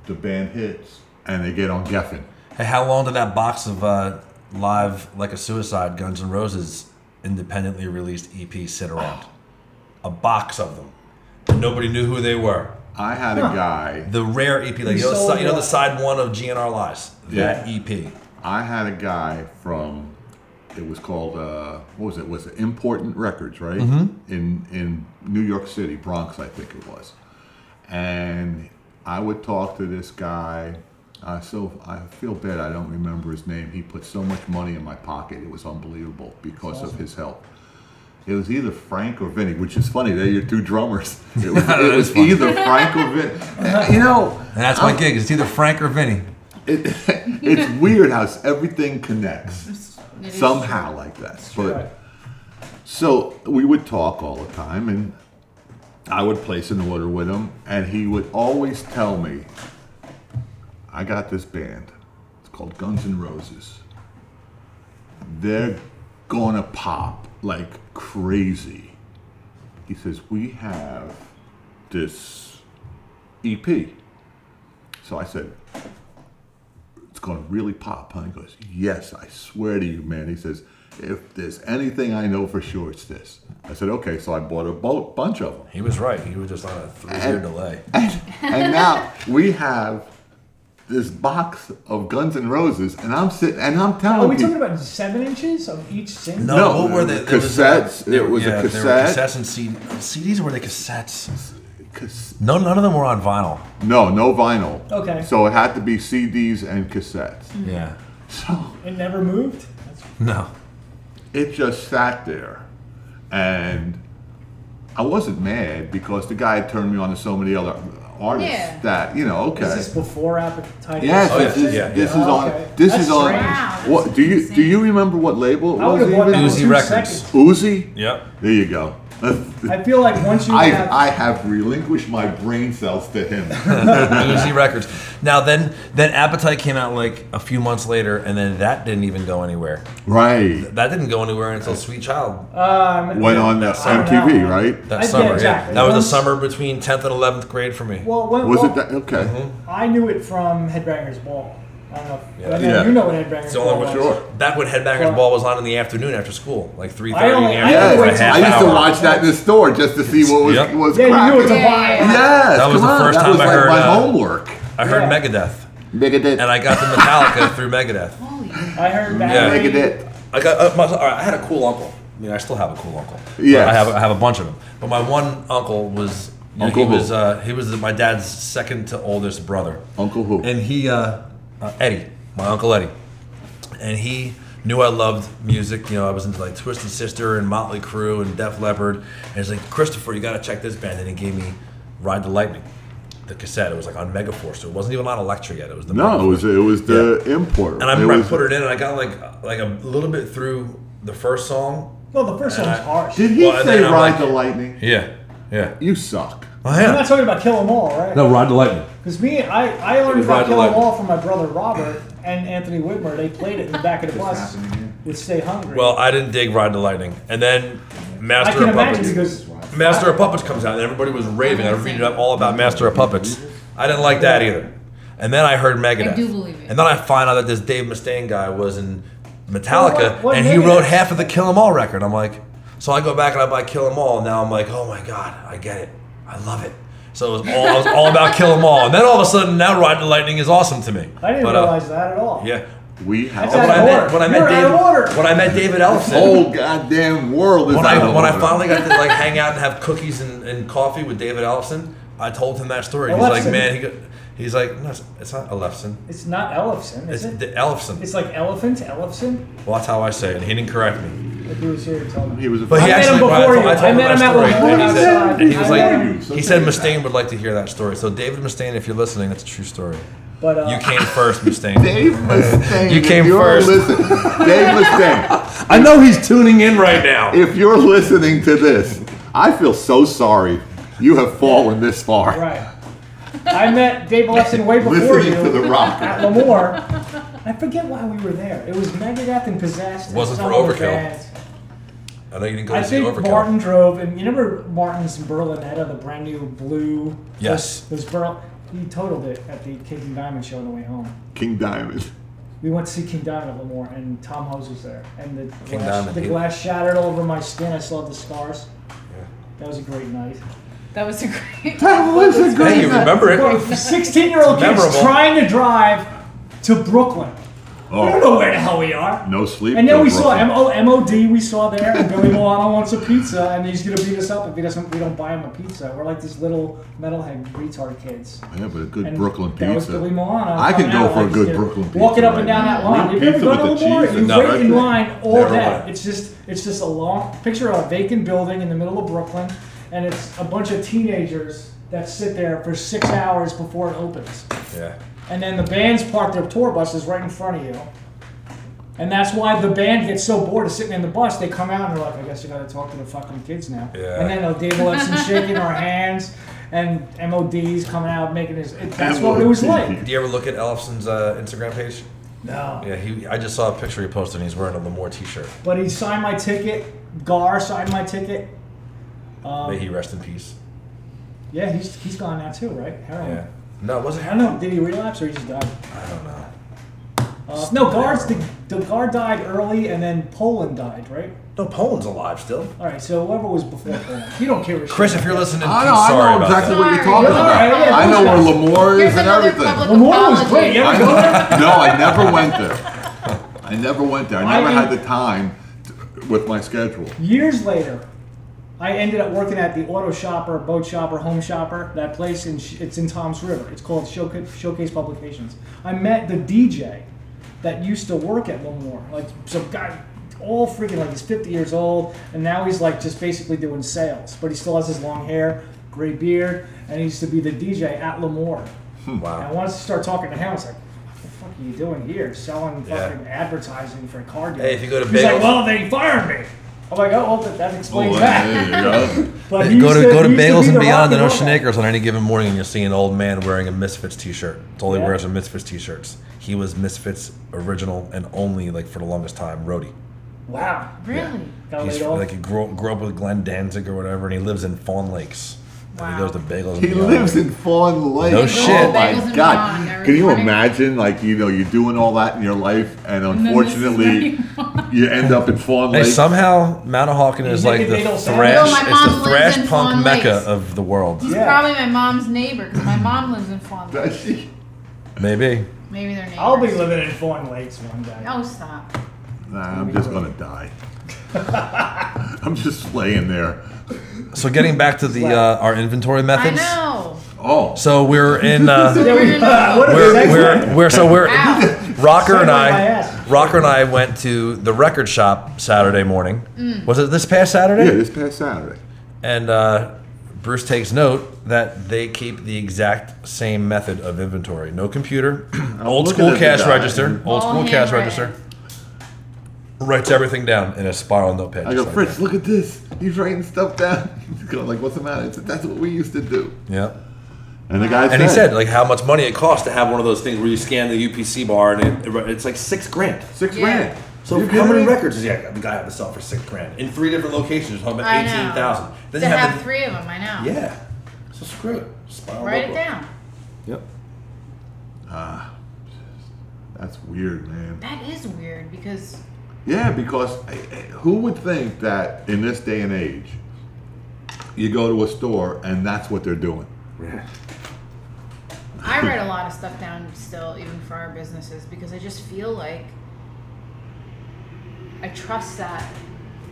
the band hits and they get on Geffen.
Hey, how long did that box of uh, live like a suicide Guns N' Roses independently released EP sit around? A box of them, and nobody knew who they were.
I had a guy.
The rare EP, like
You
you know,
sold
si- you know the
what?
side one of GNR Lies, that E
Yeah.
EP.
I had a guy from. It was called uh, what was it? Was it Important Records, right?
Mm-hmm.
In in New York City, Bronx, I think it was. and I would talk to this guy. I so I feel bad. I don't remember his name. He put so much money in my pocket. It was unbelievable because of his help. It was either Frank or Vinny, which is funny. They're your two
*laughs*
drummers. It was, it was either Frank or Vinny. You know,
And that's my gig. It's either Frank or Vinny.
it, it's weird how everything connects
it is-
somehow like that.
Right.
But so we would talk all the time, and I would place an order with him, and he would always tell me, "I got this band. It's called Guns N' Roses. They're gonna pop like crazy." He says, "We have this EP." So I said, it's going to really pop, huh? He goes, yes, I swear to you, man. He says, if there's anything I know for sure, it's this. I said, okay, so I bought a bo- bunch of them.
He was right. He was just on a three-year delay.
And now we have this box of Guns N' Roses, and I'm sitting and I'm
Are
telling
we
you,
talking about seven inches of each single?
No,
No,
what were they? There was a-
cassettes. It was a
yeah,
cassette.
There were cassettes and CD, CDs. Were they cassettes?
cas-
No, none of them were on vinyl.
no, no vinyl.
Okay.
So it had to be CDs and cassettes.
Yeah.
So
It never moved. That's
No.
it just sat there, and I wasn't mad because the guy had turned me on to so many other artists
Yeah.
that you know. Okay.
Is this before Appetite?
Yes,
Oh,
this
yeah,
is,
yeah,
this
yeah.
is on.
Okay.
This
That's
is on.
strange.
Wow,
What
that's
do you do?
insane.
You remember what label it
I would
was?
have bought
Even?
that in
Uzi
two
Records.
seconds.
Uzi.
Yep.
There you go.
I feel like once you
I
have,
I have relinquished my brain cells to him. *laughs*
Uzi Records. Now then, then Appetite came out like a few months later, and then that didn't even go anywhere.
right.
That didn't go anywhere until Sweet Child
um,
Went on the
summer.
MTV, right?
that
I- yeah,
summer.
exactly.
That was the
Once-
summer between tenth and eleventh grade for me.
Well, when,
Was
well,
it that? Okay.
I knew it from Headbangers Ball. I don't know. If,
Yeah.
I know
Yeah.
You know what Headbangers
It's the
Ball
only
was.
one.
Sure.
Back when Headbangers
Well-
Ball was on in the afternoon after school, like three
I
thirty in
only-
the
I
afternoon.
only
for
went
a
Yes.
to-
half
I used
hour.
to watch that in the store just to see what was
Yep.
was
Yeah, you knew it's
cracking.
a
Yeah,
vibe.
yeah,
Yes.
That
come
was the
on,
first
that
time
was
I
like
heard,
my
uh,
homework.
I heard
Yeah.
Megadeth,
Megadeth.
and I got the Metallica through Megadeth.
*laughs*
Holy.
I heard that.
Yeah.
name.
Megadeth.
I got uh, my, all right, I had a cool uncle. I mean, I still have a cool uncle.
Yes.
I have I have a bunch of them. But my one uncle was you know,
Uncle
he
who?
was uh, he was my dad's second to oldest brother.
Uncle who?
And he uh, uh, Eddie, my uncle Eddie, and he knew I loved music. You know, I was into like Twisted Sister and Motley Crue and Def Leppard. And he's like, Christopher, you got to check this band. And he gave me Ride the Lightning, the cassette. It was like on Megaforce, so it wasn't even on Electra yet. It was the
No, it
Megaforce.
was it was the import.
And I
it
remember
was,
I put it in, and I got like like a little bit through the first song.
Well, the first
And
one's
I-
harsh.
Did he
Well, and
say
then I'm
ride
like-
the lightning?
Yeah, yeah.
You suck.
Oh
I'm
yeah.
not talking about Kill 'Em All, right?
No, Ride the Lightning.
Because me, I, I learned
was
about
Ride the
Kill 'Em
Lightning.
All from my brother Robert and Anthony Whitmer. They played it in the back of the bus with Stay Hungry.
Well, I didn't dig Ride the Lightning, and then
I
Master
can
of
imagine
Puppets.
because
Master of Puppets comes out, and everybody was raving. I read it up all about Master of Puppets. I didn't like that either. And then I heard Megadeth.
I do believe it.
And then I find out that this Dave Mustaine guy was in Metallica,
Well, what- what
and he
Megadeth-
wrote half of the Kill 'Em All record. I'm like, so I go back and I buy Kill 'Em All. And now I'm like, oh my god, I get it. I love it. So it was all, I was all about Kill 'Em All, and then all of a sudden, now Ride the Lightning is awesome to me.
I didn't
But, uh,
realize that at all.
Yeah.
We have
That's
When I
out of
met,
order.
when I
You're
met
out of order. Oh,
David, when I met David Ellison,
whole goddamn world is
when
out
I
of
when I
order.
finally got to like hang
*laughs*
out and have cookies and, and coffee with David Ellison, I told him that story. He's
Ellefson.
like, man, he go, he's like, no, it's- it's not Ellefson,
It's not Ellefson, is
it's
it?
the Ellefson.
It's like Elephant, Ellefson.
Well, that's how I say it. He didn't correct me,
If he was here to tell me.
he was a
but he
I met
actually
him
when
before
told-
you.
told
I met him
that
at
story,
Lahore.
and he, said, and he was
I met
him.
like, he said
Something like that.
Mustaine would like to hear that story. So David Mustaine, if you're listening, that's a true story.
But uh,
You came first, Mustaine.
Dave Mustaine.
You
if
came
you're
first.
Listen, Dave Mustaine,
I know he's tuning in right now.
if you're listening to this, I feel so sorry you have fallen this far.
Right. I met Dave Ellefson way before
Listening to
you
the rock.
at Lemoore. I forget why we were there. It was Megadeth and Possessed. and
Wasn't
some
for
other
Overkill.
bands.
I know you didn't go
I
to see
think
Overkill.
Martin drove, and you remember Martin's Berlinetta, the brand new blue.
Yes.
Those, those Berl- he totaled it at the King Diamond show on the way home.
King Diamond.
We went to see King Diamond at Lemoore, and Tom Hose was there, and the
King
glass,
Diamond,
the
he-
glass shattered all over my skin. I still have the scars. That was a great night.
That was a great.
That was a great
*laughs*
Hey, you
night.
remember
Bro,
it?
16 year old kids
Memorable.
trying to drive to Brooklyn. We don't know
Oh,
where the hell we are.
no sleep.
And then
till
we saw
Brooklyn.
MO, MOD, we saw there, and Billy Milano wants a pizza, and he's gonna beat us up if he doesn't. We don't buy him a pizza. We're like these little metalhead retard kids.
Yeah, but a good
And
Brooklyn
That was
pizza.
Billy Milano.
I could
coming
go
out,
for a
like,
good
just
Brooklyn pizza.
Walking up and
right
down
now.
that line. You've
Pizza
ever gone to
with the
Lamar?
cheese
You
and-
No.
wait in line all
Never
day.
went.
It's just it's just a long picture of a vacant building in the middle of Brooklyn, and it's a bunch of teenagers that sit there for six hours before it opens.
Yeah.
And then the bands park their tour buses right in front of you. And that's why the band gets so bored of sitting in the bus. They come out and they're like, I guess you gotta talk to the fucking kids now.
Yeah.
And *laughs* then Dave Ellison shaking our hands and MOD's coming out making his. It, that's what it was like.
Do you ever look at Ellison's uh, Instagram page?
No.
Yeah, he. I just saw a picture he posted, and he's wearing a Lamore T-shirt.
But he signed my ticket. Gar signed my ticket.
May
Um,
he rest in peace.
yeah, he's, he's gone now too, right? Heroin.
Yeah. No, was it
I don't know. Did he relapse or he just died?
I don't know.
Uh, no, guards. The, the guard died early, and then Poland died, right?
No, Poland's alive still.
All right, so whoever was before Poland, you don't care. a shit.
Chris, if you're listening,
I
I'm
know,
sorry
I know
about
exactly
that.
what you're
Sorry.
talking about.
All right, yeah,
I know where
those
Lemoore
Here's
is and
another
everything.
public
Lemoore was
apology.
great. Yeah,
I
we
know.
go there.
*laughs* No, I never went there. I never went there. I never
I
had
mean-
the time to, with my schedule.
Years later, I ended up working at the auto shopper, boat shopper, home shopper, that place in Sh- it's in Tom's River. It's called Showca- Showcase Publications. I met the DJ that used to work at Lemoore. Like some guy, all freaking like he's 50 years old, and now he's like just basically doing sales, but he still has his long hair, gray beard, and he used to be the DJ at Lemoore. And I
Hmm, Wow.
wanted to start talking to him. I was like, what the fuck are you doing here? Selling
Yeah.
fucking advertising for a car dealer.
Hey, if you go to
He's
Bagels-
like, well, Oh, they fired me. I'm like, oh, well, that, that explains
Boy,
that.
there you
*laughs*
go.
But he
Go
used
to go to
he used be
Bagels and
the
Beyond
rock
and
roll
Ocean
guy.
Acres on any given morning, and you'll see an old man wearing a Misfits T-shirt. It's all he
Yeah.
wears are Misfits T-shirts. He was Misfits original and only like for the longest time roadie.
Wow.
Really?
Got
He's
laid off.
like he grew, grew up with Glenn Danzig or whatever, and he lives in Fawn Lakes. And
Wow.
he goes to Bagels.
He
and Beyond.
lives in Fawn Lake.
No
oh
shit.
Bagels
my
and Beyond
god!
every
Can you
morning.
imagine, like you know, you're doing all that in your life, and
And then this is
unfortunately,
what you-
*laughs* you end up in Fawn
Hey,
Lake.
somehow Montahawkin is
You
like
think
the
they don't
thrash.
sell it?
No, my
it's
mom
the
lives
thrash
in
punk
Fawn
mecca
Lakes.
of the world.
He's
Yeah.
probably my mom's neighbor because my mom lives in Fawn Lake.
Does she?
Maybe.
Maybe they're neighbors.
I'll be living in Fawn Lakes one day.
Oh, stop.
*laughs* Nah, I'm just
*laughs*
gonna die. I'm just laying there.
So getting back to the uh, our inventory
I
methods. *laughs*
know.
Oh,
So we're in. Uh,
There we- *laughs* what a
we're,
segue.
we're, we're so we're
Ow.
Rocker and
Segue my
I.
ass.
Rocker and I went to the record shop Saturday morning.
Mm.
Was it this past
yeah,
Saturday?
this past Saturday.
And uh, Bruce takes note that they keep the exact same method of inventory. No computer, *clears throat* old
looking
school
at the
cash
guy.
register,
All
old school cash
handwritten.
register. Writes everything down in a spiral notepad.
I
just
go,
like
Fritz,
that.
look at this. He's writing stuff down. *laughs* He's going like, what's the matter? I said, That's what we used to do.
Yeah.
And the guy
And he said like how much money it costs to have one of those things where you scan the UPC bar and it, it's like six grand.
six
Yeah.
grand.
So
You
how
kidding
many
me?
records does he have? The guy have to sell for six grand in three different locations. Talking about
I know.
eighteen thousand.
To have three of them, I know.
Yeah. So screw it. Spiral
Write it
upward.
down.
Yep.
Ah, That's weird, man.
That is weird because
Yeah, because I, I- who would think that in this day and age, you go to a store and that's what they're doing?
I write a lot of stuff down still, even for our businesses, because I just feel like I trust that.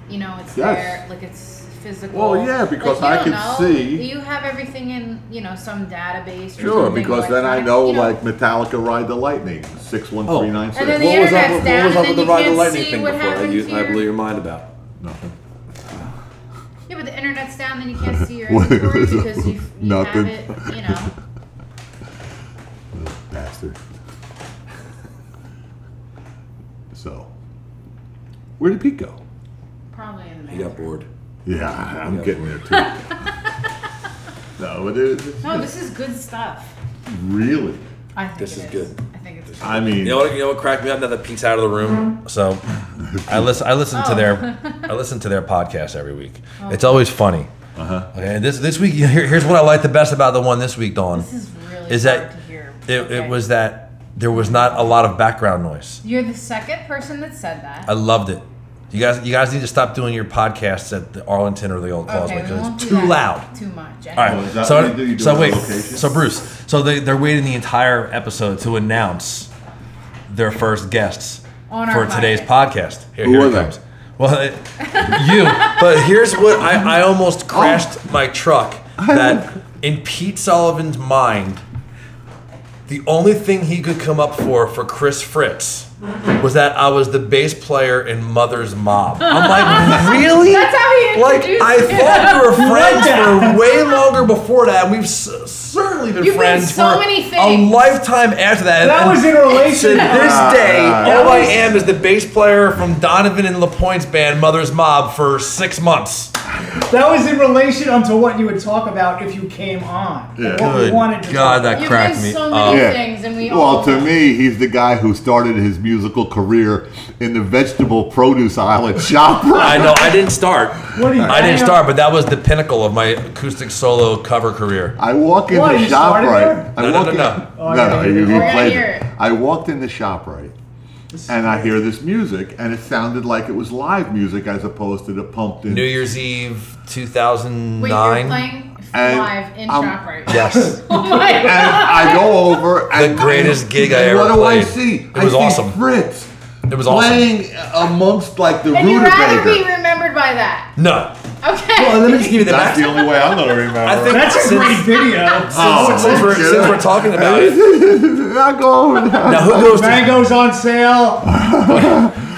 You know, it's
Yes.
there, like it's physical.
Well, yeah, because
Like, you
I can
don't know,
see-
You have everything in, you know, some database. Or
Sure,
something
because then I
electronic,
know,
you
like Metallica Ride the Lightning, six one three nine
And then
six.
the
Oh. What was up
internet's
with,
down,
what was
and
up with
then
the
you
ride the
can't
lightning
see
thing
what
before? I,
happens
used, I
here.
blew your mind about.
Nothing.
Yeah, but the internet's down, then you can't see your
*laughs* What
inventory
is it?
because you, you have
Nothing.
it, you know.
Bastard. so, where did Pete go?
Probably in the
He got bored.
Yeah, I'm
Yeah.
getting there *laughs* too. no, but it, it's
No, this is good stuff.
really.
I think
This
it
is good.
I think it's
I mean,
You know, what, you know what cracked me up? Now that Pete's out of the room, so I listen. I listen to their,
Oh.
I listen to their podcast every week. It's always funny. Uh-huh. Okay, and this this week, here, here's what I like the best about the one this week, Dawn.
This is really
is
hard
that
to hear.
it,
Okay.
it was that there was not a lot of background noise.
You're the second person that said that.
I loved it. You guys, you guys need to stop doing your podcasts at the Arlington or the Old Causeway
we
because
won't
it's
do
too
that
loud.
Too much.
All
Oh, is
right,
that
so
what they do? You do it
so
on
wait,
location?
so Bruce, so they they're waiting the entire episode to announce their first guests
On our
for today's podcast. Here,
Who
here
are
it
they?
comes. Well, *laughs* it- you. But here's what I I
Oh.
almost crashed my
*laughs*
truck. That in Pete Sullivan's mind, the only thing he could come up for for Chris Fritz was that I was the bass player in Mother's Mob. I'm
*laughs*
like, really?
That's how he
Like
introduced
I
you. *laughs*
thought we were friends for way longer before that, and we've s- certainly been
You've been
friends
so
for
many
a
things.
lifetime after that.
That
And
was in
to
relation.
this day,
That
all I
was-
am is the bass player from Donovan and LaPointe's band Mother's Mob for six months.
That was in relation unto what you would talk about if you came on.
Yeah.
What we
Good
wanted to
God,
talk
that
about.
You've
cracked
done
me
so
up.
many things, and we
Well,
all
to me, he's the guy who started his musical career in the vegetable produce aisle at
I
ShopRite.
know I didn't start.
What do you-
I
hang
didn't
on.
start, but that was the pinnacle of my acoustic solo cover career.
I walk into
What, you started there?
ShopRite. I
No, no,
walk
no,
in-
no.
Oh,
no,
yeah,
no, you,
yeah,
you
yeah.
played
We're gonna hear
it.
it.
I walked into ShopRite,
This is
and I
great.
hear this music, and it sounded like it was live music as opposed to the pumped in.
New Year's Eve
Wait,
2009.
you're playing
And,
live in
um,
ShopRite.
yes.
*laughs* Oh my
and
God.
I go over.
The
and,
greatest gig I
and
ever
What do I
played.
see?
It
I
was
see
awesome.
Fritz
It was awesome.
playing amongst like the
And you'd rather be
rutabaga. Oh,
remembered by that.
No.
Okay. *laughs*
Well, let me just give you the
That's
back.
the only way I'm gonna
*laughs*
remember.
I think
That's a
since,
great
*laughs*
video.
Oh,
since, we're,
shit.
since we're talking about it,
I go over there.
now who goes to,
Mangoes on sale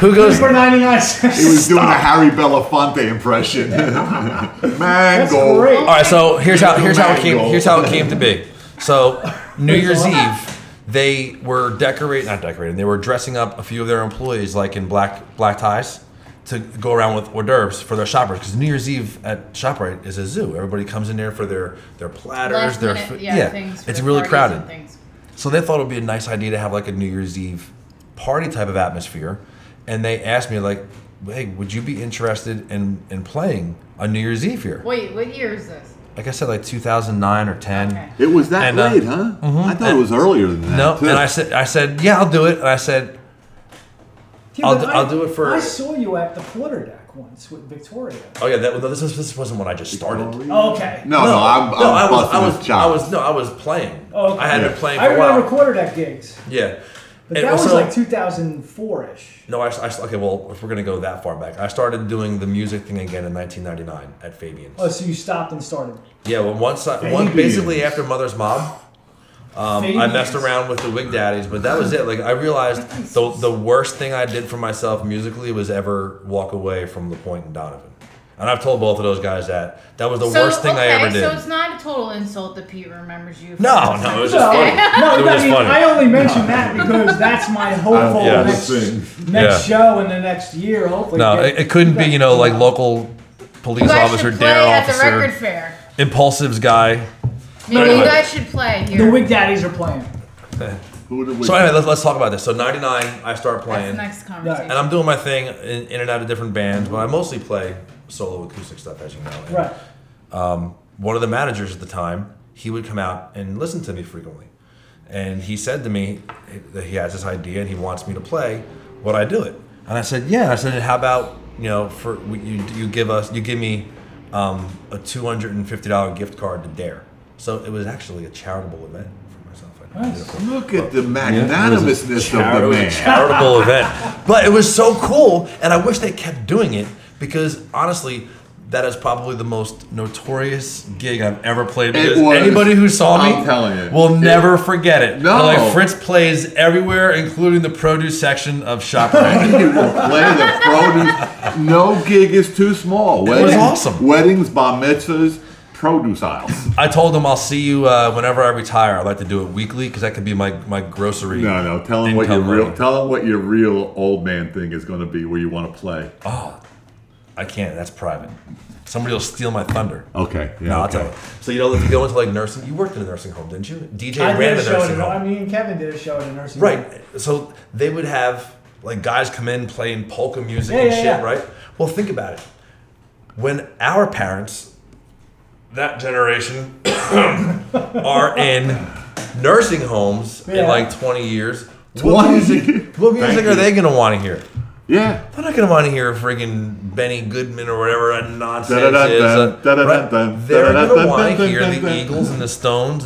who goes
for 99
He
cents.
was doing a Harry Belafonte impression. *laughs* Mango.
That's great.
All right, so here's how here's how it came
Mango.
here's how it came to be. So New Year's
Basil.
Eve, they were decorating not decorating, they were dressing up a few of their employees like in black black ties to go around with hors d'oeuvres for their shoppers because New Year's Eve at Shoprite is a zoo. Everybody comes in there for their their platters,
Last
their
minute,
food.
yeah, things for
it's
the
really
parties and
crowded.
things.
So they thought it would be a nice idea to have like a New Year's Eve party type of atmosphere, and they asked me like, "Hey, would you be interested in in playing on New Year's Eve here?"
Wait, what year is this?
like I said, like 2009 or 10.
Okay.
It was that
And, uh,
late, huh? I thought it was earlier than that.
No,
too.
and I said, I said, yeah, I'll do it. And I said,
Yeah,
I'll
but
do-
I-
I'll do it for-
I saw you at the quarter deck once with Victoria.
oh yeah, that, no, this was this wasn't when I just
Oh,
started.
Okay.
No, no, I'm, I'm
I was,
busting
I
his
was,
job.
I was, no, I was playing.
Oh, okay.
I had
Yeah.
been playing
I
for a
remember
while.
quarter deck gigs,
Yeah,
but
And
that was
also-
like 2004 ish.
No, I, I okay. Well, if we're gonna go that far back, I started doing the music thing again in 1999 at Fabian's.
Oh, so you stopped and started.
yeah, well, once I, one
Fabian's.
basically after Mother's Mom. Um, I messed
Fabian's.
around with the Wig Daddies, but that was it. Like I realized the the worst thing I did for myself musically was ever walk away from the point and Donovan. And I've told both of those guys that that was the worst thing I ever did.
So it's not a total insult that Pete remembers you. from
No,
that
no, it was
time.
just
Okay.
funny.
No,
It was
I,
just
mean,
funny.
I only mention that because that's
*laughs*
my hopeful
yeah,
next,
that's the
next
Yeah.
show in the next year. Hopefully,
No,
get-
it, it couldn't be you know like local police
You guys
officer,
should play
dare
at the record
officer,
fair.
impulsives guy.
Maybe
Anyway.
you guys should play here.
The Wig Daddies are playing.
Who did we
So anyway, let's, let's talk about this. So '99, I start
That's the
playing,
next conversation.
and I'm doing my thing in, in and out of different bands, but I mostly play solo acoustic stuff, as you know. And
Right.
one of the managers at the time, he would come out and listen to me frequently. And he said to me that he has this idea and he wants me to play. Would I do it? And I said, yeah. I said, how about you know for you you give us you give me um, a two hundred and fifty dollar gift card to Dare. So it was actually a charitable event for myself. I did it
Nice.
for
Look at the
it was a
magnanimousness of
chari-
the
it was a
man.
charitable event, but it was so cool, and I wish they kept doing it because honestly, that is probably the most notorious gig I've ever played. Because
was.
anybody who saw me,
I'm telling you.
will
It-
never forget it.
No.
They're like Fritz plays everywhere, including the produce section of
*laughs*
ShopRite.
*laughs* He will play the produce. No gig is too small.
was awesome.
Weddings, bar mitzvahs, produce
*laughs*
aisles.
I told them I'll see you uh, whenever I retire. I like to do it weekly because that could be my my grocery.
No, no. Tell him what your
income
real.
earning.
Tell him what your real old man thing is going to be. Where you want to play.
I can't. That's private. Somebody will steal my thunder.
Okay. Yeah,
No, I'll
okay.
tell you. So you know, if you go into like nursing, you worked in a nursing home, didn't you? DJ
I
ran
did
a
a show at
nursing
a,
home.
I mean, and Kevin did a show at a nursing home.
Right. So they would have like guys come in playing polka music
Yeah,
and
yeah,
shit,
yeah.
right? Well, think about it. When our parents, that generation, *coughs* are in nursing homes in
Yeah.
like 20 years, what
20
music, what music
Thank
are
you.
they going to want to hear?
Yeah.
They're not going to want to hear friggin' Benny Goodman or whatever that nonsense
Da-da-dun-dun,
is. uh, right?
da-da-dun-dun,
They're going to want to
da-da-dun-dun-dun-dun.
hear the Eagles and the Stones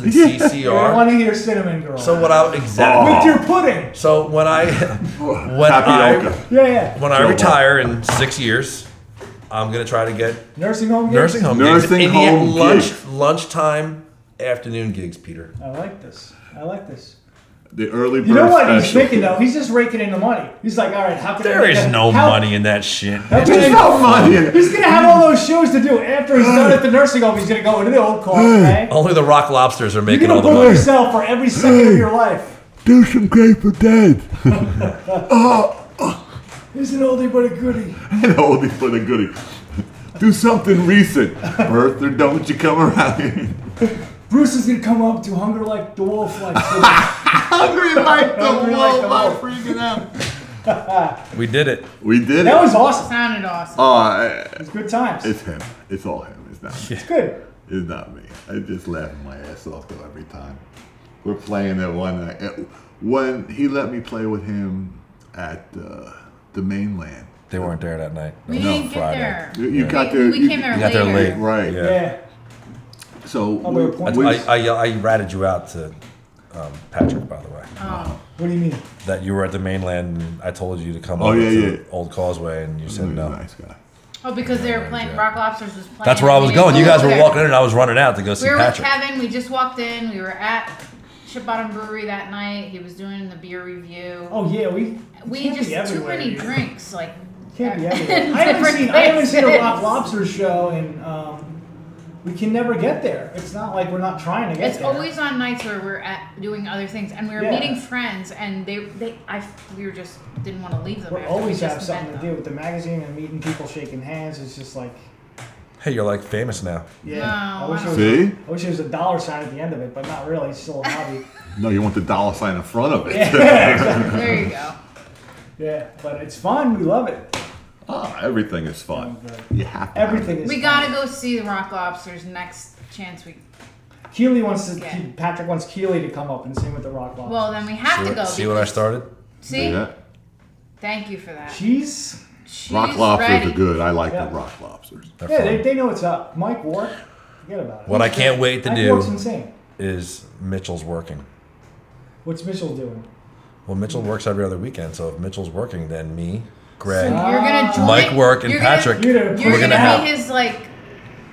*laughs*
and
I
CCR.
want to hear Cinnamon Girl.
So what I
Oh.
exactly.
With your pudding.
So when I
*laughs*
when
Tapioca.
I
Yeah, yeah.
when I
Sure.
retire in six years, I'm gonna try to get
Nursing home. gigs?
nursing home gigs.
Nursing
in the
home
lunch
gigs.
lunchtime afternoon gigs, Peter.
I like this. I like this.
The early bird
You know what he's
special.
thinking though? He's just raking in the money. He's like, all right, how can I
There
make
is
that-
no
how-
money in that shit.
how can
There's
I-
no money in it.
He's gonna have all those shows to do after he's done at the nursing home. He's gonna go into the old car. Okay?
Only the rock lobsters are
You're
making all
gonna
the
book
money.
yourself for every second of your life.
Do some Grateful Dead.
He's an oldie but a goodie.
and holding for *laughs* the goodie. Do something recent. Bertha, don't you come around here.
Bruce is gonna come up to hunger like the wolf, like the-
*laughs* Hungry like the
Hungry like
wolf,
the
I'm
wolf.
freaking out.
We did it.
We did
that
it.
was awesome.
Sounded awesome.
Oh, I-
It's good times.
it's him. It's all him. It's not me.
*laughs* It's good.
It's not me. I just laugh my ass off though uh, every time. We're playing that one night. When he let me play with him at uh, the mainland.
They weren't there that night.
We
No,
didn't get
Friday.
there.
You, you
Yeah.
got
We-
there.
we
you-
came there
You got there
later.
late.
Right.
Yeah.
Yeah.
So
Oh, we were
I,
pointing-
we-
I, uh, I, I ratted you out to um, Patrick, by the way.
Oh,
What do you mean?
That you were at the mainland and I told you to come
Oh,
over
yeah,
to
yeah.
Old Causeway and you said
He's a
no.
nice guy.
oh, because they were
Yeah,
playing.
yeah.
Rock Lobsters was playing.
That's where I
We
was
didn't
going.
go
You guys were
there.
walking in and I was running out to go see
We were with
Patrick.
Kevin. We just walked in. We were at Ship Bottom Brewery that night. He was doing the beer review.
Oh yeah, we
we
can't be
just too
everywhere,
many
dude.
drinks.
*laughs*
Like *laughs*
Can't be
in
everywhere. I haven't
different
seen I haven't seen a
places.
Rock Lobster show, and um, we can never get there. It's not like we're not trying to get
It's
there.
always on nights where we're at doing other things, and we were
Yeah.
meeting friends, and they they I we were just didn't want to leave them.
we
after
always
we
have
just met
something to do
them.
with the magazine and meeting people, shaking hands. It's just like
Hey, you're like famous now.
yeah.
No,
I wish
I
there was
See?
I wish there was a dollar sign at the end of it, but not really. It's still a
*laughs*
hobby.
No, you want the dollar sign in front of it. *laughs*
There you
*laughs*
go.
yeah, but it's fun. We love it.
Ah, everything is fun. You have to have it.
Everything is.
We
fun.
gotta go see the Rock Lobsters next chance we.
Keely wants to.
Yeah.
Patrick wants Keely to come up and sing with the Rock Lobsters.
Well, then we have
See
to
what,
go.
see what I
because-
started?
See,
Yeah.
thank you for that.
she's.
She's
Rock lobsters
ready.
are good. I like
Yeah.
the rock lobsters.
They're
Yeah,
fun.
they, they know what's up. Mike Wark, forget about it.
What I can't wait to
Mike
do-
Wark's insane.
Is Mitchell's working?
What's Mitchell doing?
Well, Mitchell works every other weekend, so if Mitchell's working, then me, Greg,
So
You're gonna
Ah.
join.
Mike Work, and
you're gonna-
Patrick,
You're gonna-
You're
we're
gonna,
gonna
be
have-
his like.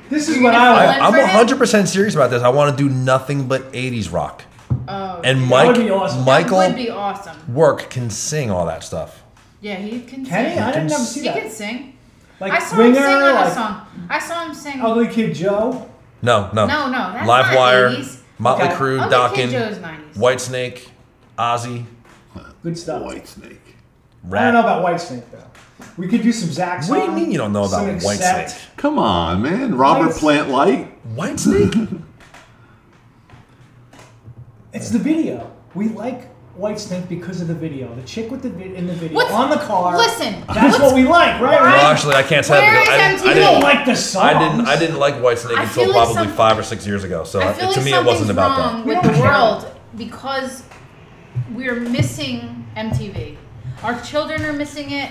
This is
You're
what
gonna
I
fill
want.
in
I, I'm
for him?
100% serious about this. I want to do nothing but 80s rock.
Oh,
And
that
Mike,
would be awesome. That
would
Michael
be awesome.
Work can sing all that stuff.
Yeah, he can.
Can he?
Sing.
I didn't ever
He
see
can
that.
sing.
Like
I saw him
Winger,
sing on
like Oh,
a song. I saw him sing.
Ugly Kid Joe.
No, no.
No, no, that's
Live
not
Wire,
80s.
Motley
Okay.
Crue,
I'll get Kid Joe's
Dokken,
90s.
Whitesnake, Ozzy,
Good stuff.
White snake.
Rat.
I don't know about Whitesnake though. We could do some Zaxxon.
Uh, What do you mean you don't know about
some Accept.
Whitesnake?
Come on, man. Robert
Nice.
Plant
*laughs*
Light.
Whitesnake?
It's the video. We like Whitesnake because of the video. The chick with the vi- in the video
What's-
on the car.
listen,
That's what we like, right?
well,
right?
actually, I can't say
Where
that because I
is
didn't, I
We don't
didn't,
like the song.
I didn't, I didn't like Whitesnake
I
until
feel like
probably
some-
five or six years ago. So
I
I
feel like
Uh, to me, it
something's
wasn't about
wrong with
that.
We don't
the
care.
world because we're missing MTV. Our children are missing it.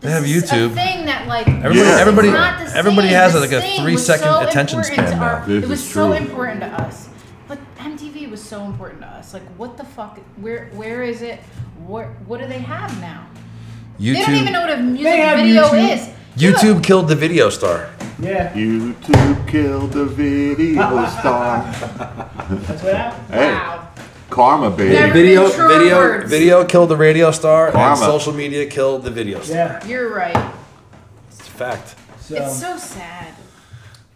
They have
This is a
YouTube.
thing that like
Everybody-
it's
everybody-
not the same.
everybody has,
The
like, a
thing
three
was
second
so
attention
important
span
to
now.
our-
This
It was
is
so
true.
important to us, but MTV was so important to us. Like, what the fuck? Where where is it? What what do they have now? They don't even know
YouTube,
what a music
have
video
YouTube.
is. You have-
YouTube killed the video star.
Yeah,
YouTube killed the video
*laughs*
star.
that's what happened.
Hey,
Wow.
karma, baby.
Never-
Video,
Truer
video,
words.
video killed the radio star,
Karma.
and social media killed the video star.
Yeah.
You're right.
It's a fact.
So,
It's so sad.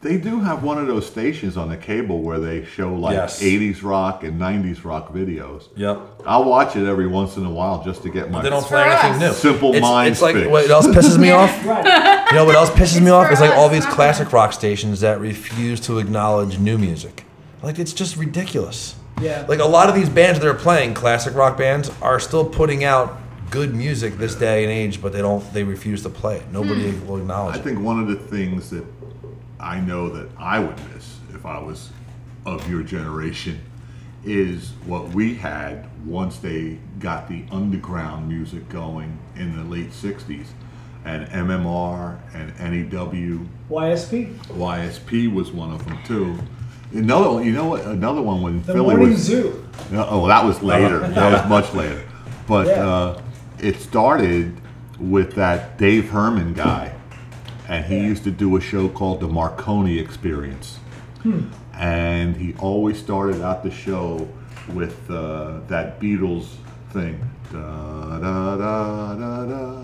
They do have one of those stations on the cable where they show like
Yes.
80s rock and 90s rock videos.
Yep.
I'll watch it every once in a while just to get my
They don't
for
play anything new.
us.
Simple
it's,
mind
It's like
fix.
what else
*laughs*
pisses me off.
right.
You know what else pisses me
It's
off
for
is like
us,
all these
not for
classic
them.
rock stations that refuse to acknowledge new music. Like it's just ridiculous.
Yeah.
Like a lot of these bands that are playing classic rock bands are still putting out good music this day and age, but they don't. They refuse to play it. Nobody
Hmm.
will
I
acknowledge it.
think one of the things that I know that I would miss if I was of your generation is what we had once they got the underground music going in the late 60s and MMR and E NEW
YSP.
YSP was one of them too. Another one, you know what? Another one when
The
Philly
Morning
was
Zoo.
no, oh, that was later.
*laughs*
that was much later. But
Uh-huh. Yeah.
uh, it started with that Dave Herman guy, and he used to do a show called The Marconi Experience.
Hmm.
And he always started out the show with uh, that Beatles thing. Da, da, da, da, da.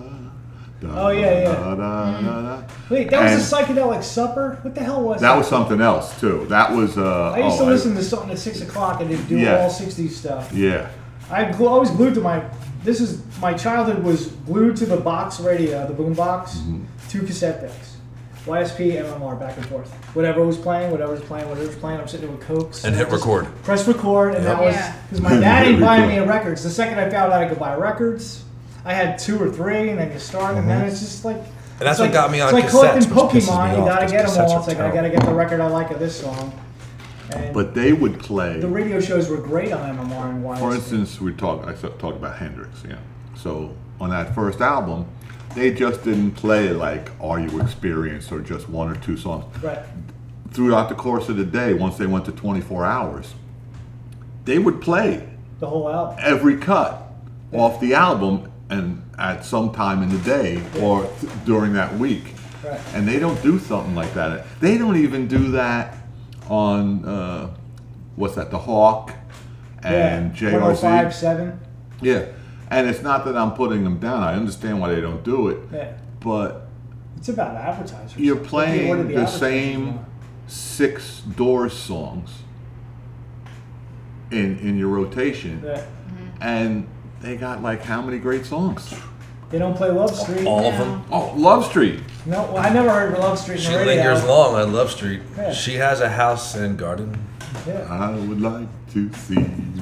Da,
Oh, yeah, yeah.
Da, da, da, da.
Wait, that was a
And-
psychedelic supper. What the hell was
That was something else too. That was. Uh,
I used
oh,
to listen to something at six o'clock and they'd do
Yeah.
all '60s stuff.
yeah.
I glu always glued to my. This is my childhood was glued to the box radio, the boom box,
Mm-hmm.
two cassette decks, YSP, MMR, back and forth. Whatever was playing, whatever was playing, whatever was playing. I'm sitting there with cokes
And hit
just
record.
Press record, and
Yep.
that was
Yeah.
because
*laughs*
my dad ain't
Hit
buying me
record.
records. The second I found out I could buy records, I had two or three, and then you start, and then it's just like.
Mm-hmm. And that's
it's
what
like,
got me on
It's like collecting
cassettes, which pisses
Pokemon.
me
You
off,
gotta
'cause
get them
cassettes
all.
are
It's like I gotta
terrible.
get the record I like of this song. And
But they would play.
the radio shows were great on MMR and
For
YSP.
instance, we talk. I talked about Hendrix. Yeah. So on that first album, they just didn't play like "Are You Experienced" or just one or two songs.
Right.
Throughout the course of the day, once they went to 24 hours, they would play
The whole album.
every cut off the album and at some time in the day or th- during that week.
Right.
And they don't do something like that. They don't even do that on uh, what's that? The Hawk and
yeah.
JRZ.
105, 7.
Yeah. And it's not that I'm putting them down. I understand why they don't do it,
Yeah.
but
It's about advertisers.
you're
What do you- what do
playing the
advertisers
same
want?
six Doors songs in in your rotation,
Yeah.
and they got like how many great songs?
They don't play Love Street.
All of
Yeah.
them.
Oh, Love Street.
No, well, I never heard of Love Street. in
She
the radio.
lingers long on Love Street.
Yeah.
She has a house and garden.
Yeah.
I would like to see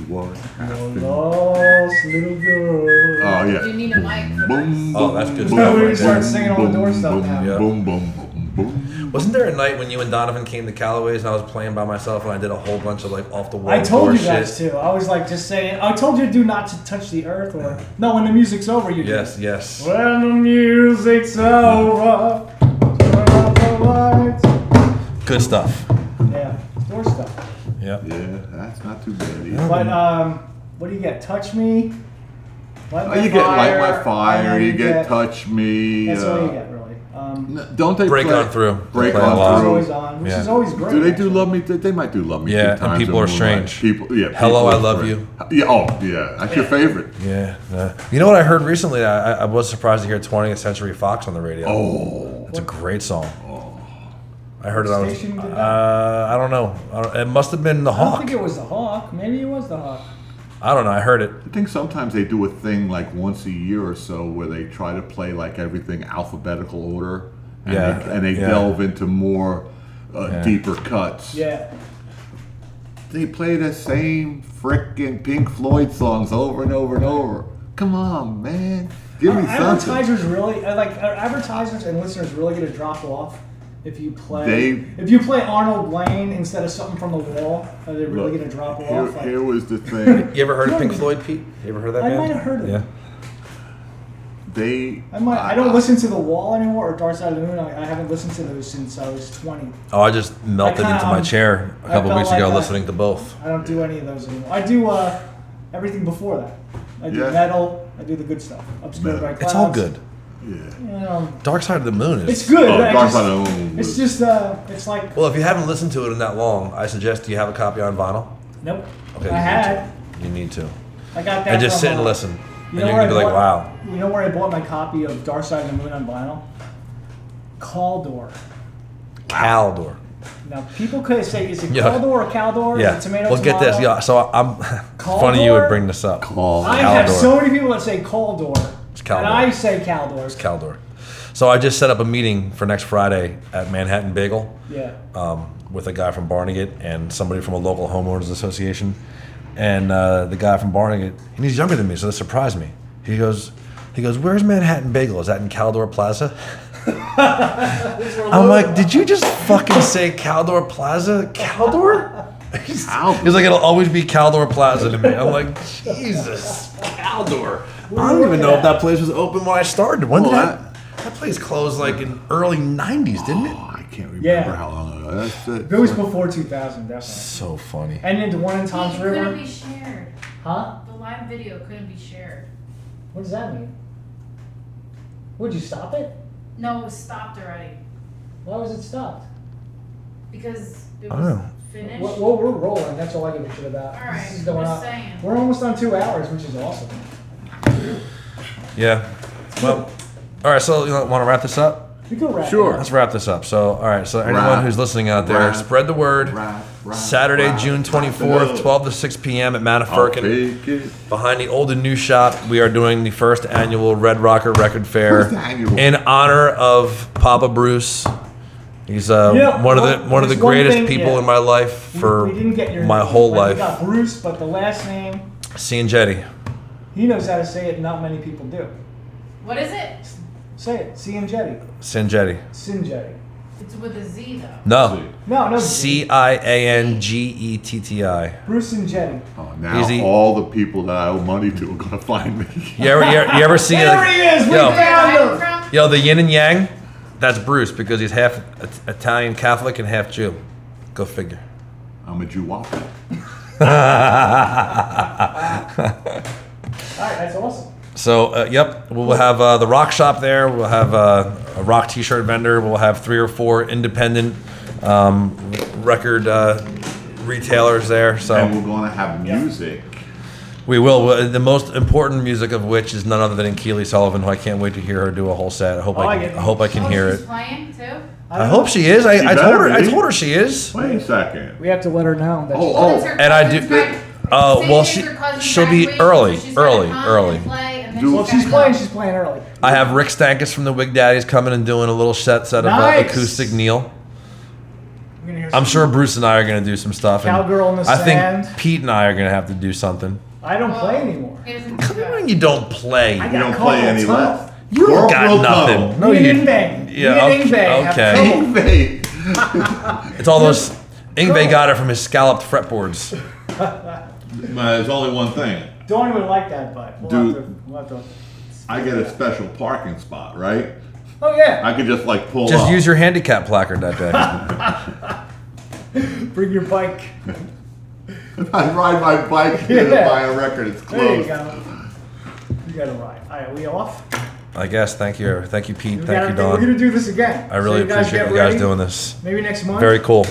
what happens. Oh
Lost little girl.
You
yeah.
need a mic for
Boom,
this.
Oh, that's good
boom,
stuff
boom,
right
start
boom,
singing on the door stuff
boom,
now.
Yeah.
Boom, boom, boom, boom.
Wasn't there a night when you and Donovan came to Callaway's and I was playing by myself and I did a whole bunch of like off
Oh,
the wall
I told you
shit?
guys too. I was like just saying. I told you to do not to touch the earth, or no. When the music's over, you do.
Yes, yes.
When the music's over, turn off the lights.
Good stuff.
Yeah, door stuff.
Yep.
Yeah, that's not too bad. either.
But um, what do you get? Touch me. Light
Oh, you get Light My
and
Fire,
then
you get Touch Me.
That's all you
uh,
get, really. Um,
n- Don't they
Break
play-
on through.
Break
They play a lot.
on
It's
through.
always on, which
Yeah.
is always great.
Do they do
actually.
love me? They they might do love me.
Yeah,
two
and
times
People
in
Are
one night.
Strange.
People, yeah.
Hello,
People
I
Are
Love
Strange. Yeah. Oh, yeah. That's your favorite.
Yeah. yeah. You know what I heard recently? I, I- I was surprised to hear 20th Century Fox on the radio.
Oh,
It's a great song. I heard it on.
Oh. station did that?
Uh, I don't know. I don't, it must have been the
I don't
Hawk.
think it was the hawk. Maybe it was the hawk.
I don't know. I heard it.
I think sometimes they do a thing like once a year or so where they try to play like everything alphabetical order. And
Yeah,
They, and they
yeah.
delve into more uh,
Yeah.
deeper cuts.
Yeah.
They play the same frickin' Pink Floyd songs over and over and over. Come on, man. Give me
Are
something.
advertisers really uh, like are advertisers and listeners really going to drop off if you play
They-
if you play Arnold Lane instead of something from the wall? Are they really
Look,
going to drop off?
Here,
Like, *laughs*
here was the thing.
You ever heard of Pink Floyd, Pete? You ever heard of that
I
band?
might have heard of
Yeah.
it.
they.
I might. I don't listen to the Wall anymore or Dark Side of the Moon. I, I haven't listened to those since I was twenty.
Oh, I just melted
I kinda,
into my
um,
chair a
I
couple
felt
weeks
like
ago
I-
listening to both.
I don't do any of those anymore. I do uh, everything before that. I do
Yeah.
metal. I do the good stuff. Obscured by clouds.
It's all good.
Yeah.
You know,
Dark Side of the Moon is.
it's good.
Oh,
I
Dark
just-
Side of the Moon
It's
was-
just uh, it's like
Well, if you haven't listened to it in that long, I suggest you have a copy on vinyl.
nope.
Okay,
I
you
had.
Need to. You need to.
I got that.
And just
from,
sit and
uh,
listen.
You
and
know
you're
where
gonna be
I
like,
bought-
wow.
You know where I bought my copy of Dark Side of the Moon on vinyl? Caldor.
Caldor.
Now people could say, is it
Yeah.
Caldor or Caldor?
Yeah.
Is it tomato?
well, get this.
tomato?
Yeah. So I'm. *laughs* it's funny you
Caldor?
would bring this up.
Call.
I have
Caldor.
so many people that say Caldor,
Caldor.
and I say Caldor.
Caldor. So I just set up a meeting for next Friday at Manhattan Bagel
yeah.
um, with a guy from Barnegat and somebody from a local homeowners association. And uh, the guy from Barnegat, and he's younger than me, so this surprised me. He goes, he goes, where's Manhattan Bagel? Is that in Caldor Plaza? I'm like, did you just fucking say Caldor Plaza? Caldor? He's,
Caldor.
he's like, it'll always be Caldor Plaza to me. I'm like, Jesus, Caldor. I don't even know if that place was open when I started. When
Well,
did that, that place closed? Like in early '90s, didn't it?
Oh, I can't remember
Yeah.
how long ago. That's
It was before 2000, definitely.
So funny.
And then the one in Tom's
It couldn't
River.
be shared.
Huh?
The live video couldn't be shared.
What does that mean? Would you stop it?
No, it was stopped already
Why was it stopped?
because it
I
was
know.
finished.
Well, well, we're rolling. That's all I give a shit about.
All right,
This is going
just
on.
saying.
We're almost on two hours, which is awesome.
Yeah. Well, all right. So you want to wrap this up?
We could wrap. it
Sure.
Let's wrap this up. So all right. So anyone
Wrap.
who's listening out there,
Wrap.
spread the word.
Wrap, wrap,
Saturday,
wrap.
June
Wrap it
24th,
up.
12 to 6 p.m. at
I'll
Manafurkin.
take it.
Behind the old and new shop, we are doing the first annual Red Rocker Record Fair
First annual.
in honor of Papa Bruce. He's uh,
Yeah,
one of
well,
the one of the
there's one
greatest
thing-
people
yeah.
in my life
We-
for
we didn't get your
my
name.
whole
Like,
life.
We got Bruce, but the last name
Seeing Jetty.
he knows how to say it. Not many people do.
what is it?
Say it. CM Jetty.
Sin Jetty.
Sin Jetty.
It's with a Z though.
No.
No, no.
C I A N G E T T I.
Bruce and Jenny.
Oh, now
Easy.
all the people that I owe money to are gonna find me.
You ever, you ever, you ever see
There
like-
he is. We
Yo.
found him.
From?
Yo, the yin and yang, that's Bruce because he's half It- Italian Catholic and half Jew. Go figure.
I'm a Jew whopper.
All right, that's awesome.
So, uh, yep, we'll have uh, the rock shop there. We'll have uh, a rock t shirt vendor. We'll have three or four independent um, record uh, retailers there.
And
So,
we're gonna have music.
we will. Well, The most important music of which is none other than Keely Sullivan, who I can't wait to hear her do a whole set. I hope,
I
I,
like
can,
it.
I hope I can
Oh,
hear
she's
it.
playing too.
I hope she is.
She
I, I, told
better
her, I
be.
told her she is.
Wait a second.
We have to let her know that.
Oh,
Well, it's
oh,
her
and I
cousin's
do-
grad-
uh,
same
well,
as
she-
her cousin's
she'll be
graduation,
early,
so she's gotta
early,
come and
early.
play, and then
Dude.
well, if
gotta
she's playing.
go.
She's playing early.
I have Rick Stankus from the Wig Daddies coming and doing a little set set of uh,
Nice.
acoustic Neil.
We're gonna hear
I'm
some-
sure Bruce and I are going to do some stuff. and
Cowgirl in the
I
sand.
think Pete and I are going to have to do something.
I don't play anymore.
He doesn't-
Come on, you don't play.
I
You
got
don't
called
play any
tough.
left.
you
World
don't got
Pro
nothing.
Cup.
No,
Need an
you.
Ingve.
Yeah,
Need an
okay-
Ingve. Have
okay.
trouble.
Ingve.
It's all those. Ingve
Go.
got it from his scalloped fretboards.
Well, There's only one thing.
Dorn would like that, but we'll
Dude.
have to. We'll have to
I get a special parking spot, right?
oh yeah.
I could just like pull
Just
up. *laughs*
use your handicap placard that day. *laughs*
Bring your bike.
I ride my
*laughs*
bike here
Yeah.
to buy a record. It's
There you
closed.
go. You gotta ride. All right, we off.
I guess. Thank you. Thank you, Pete.
We
Thank you,
gotta- We're gonna
Don.
do this again.
I really
so you guys
appreciate
get
you guys
ready.
doing this.
Maybe next month.
Very cool.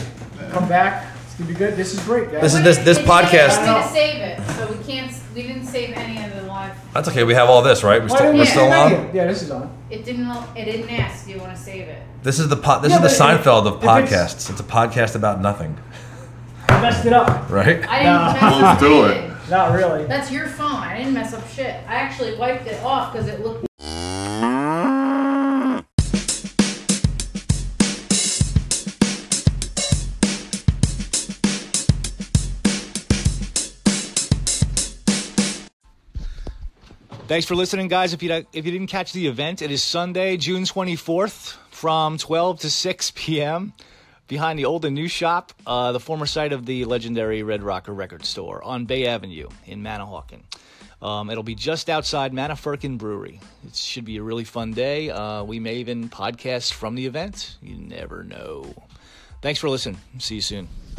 Come back. It's gonna be good. This is great, guys.
This is this this
We didn't- We
podcast.
didn't save it, so we can't. We didn't save any of the live.
That's okay. We have all this, right? We're
Why
still,
didn't
we're
we
Yeah.
still
send that
on.
in? Yeah, this is on.
It didn't. It didn't ask. Do you want to save it?
This is the po- this
Yeah,
is the
but if-
Seinfeld of
if it's-
podcasts. It's a podcast about nothing, *laughs*
I messed it up.
right?
I didn't
Nah.
mess up
Let's do
anything.
Not really.
That's your phone. I didn't mess up shit. I actually wiped it off because it looked.
Thanks for listening, guys. If you if you didn't catch the event, it is Sunday, June 24th, from 12 to 6 p.m. behind the old and new shop, uh, the former site of the legendary Red Rocker Record Store on Bay Avenue in Manahawkin. Um, it'll be just outside Manafurkin Brewery. It should be a really fun day. Uh, we may even podcast from the event. You never know. Thanks for listening. See you soon.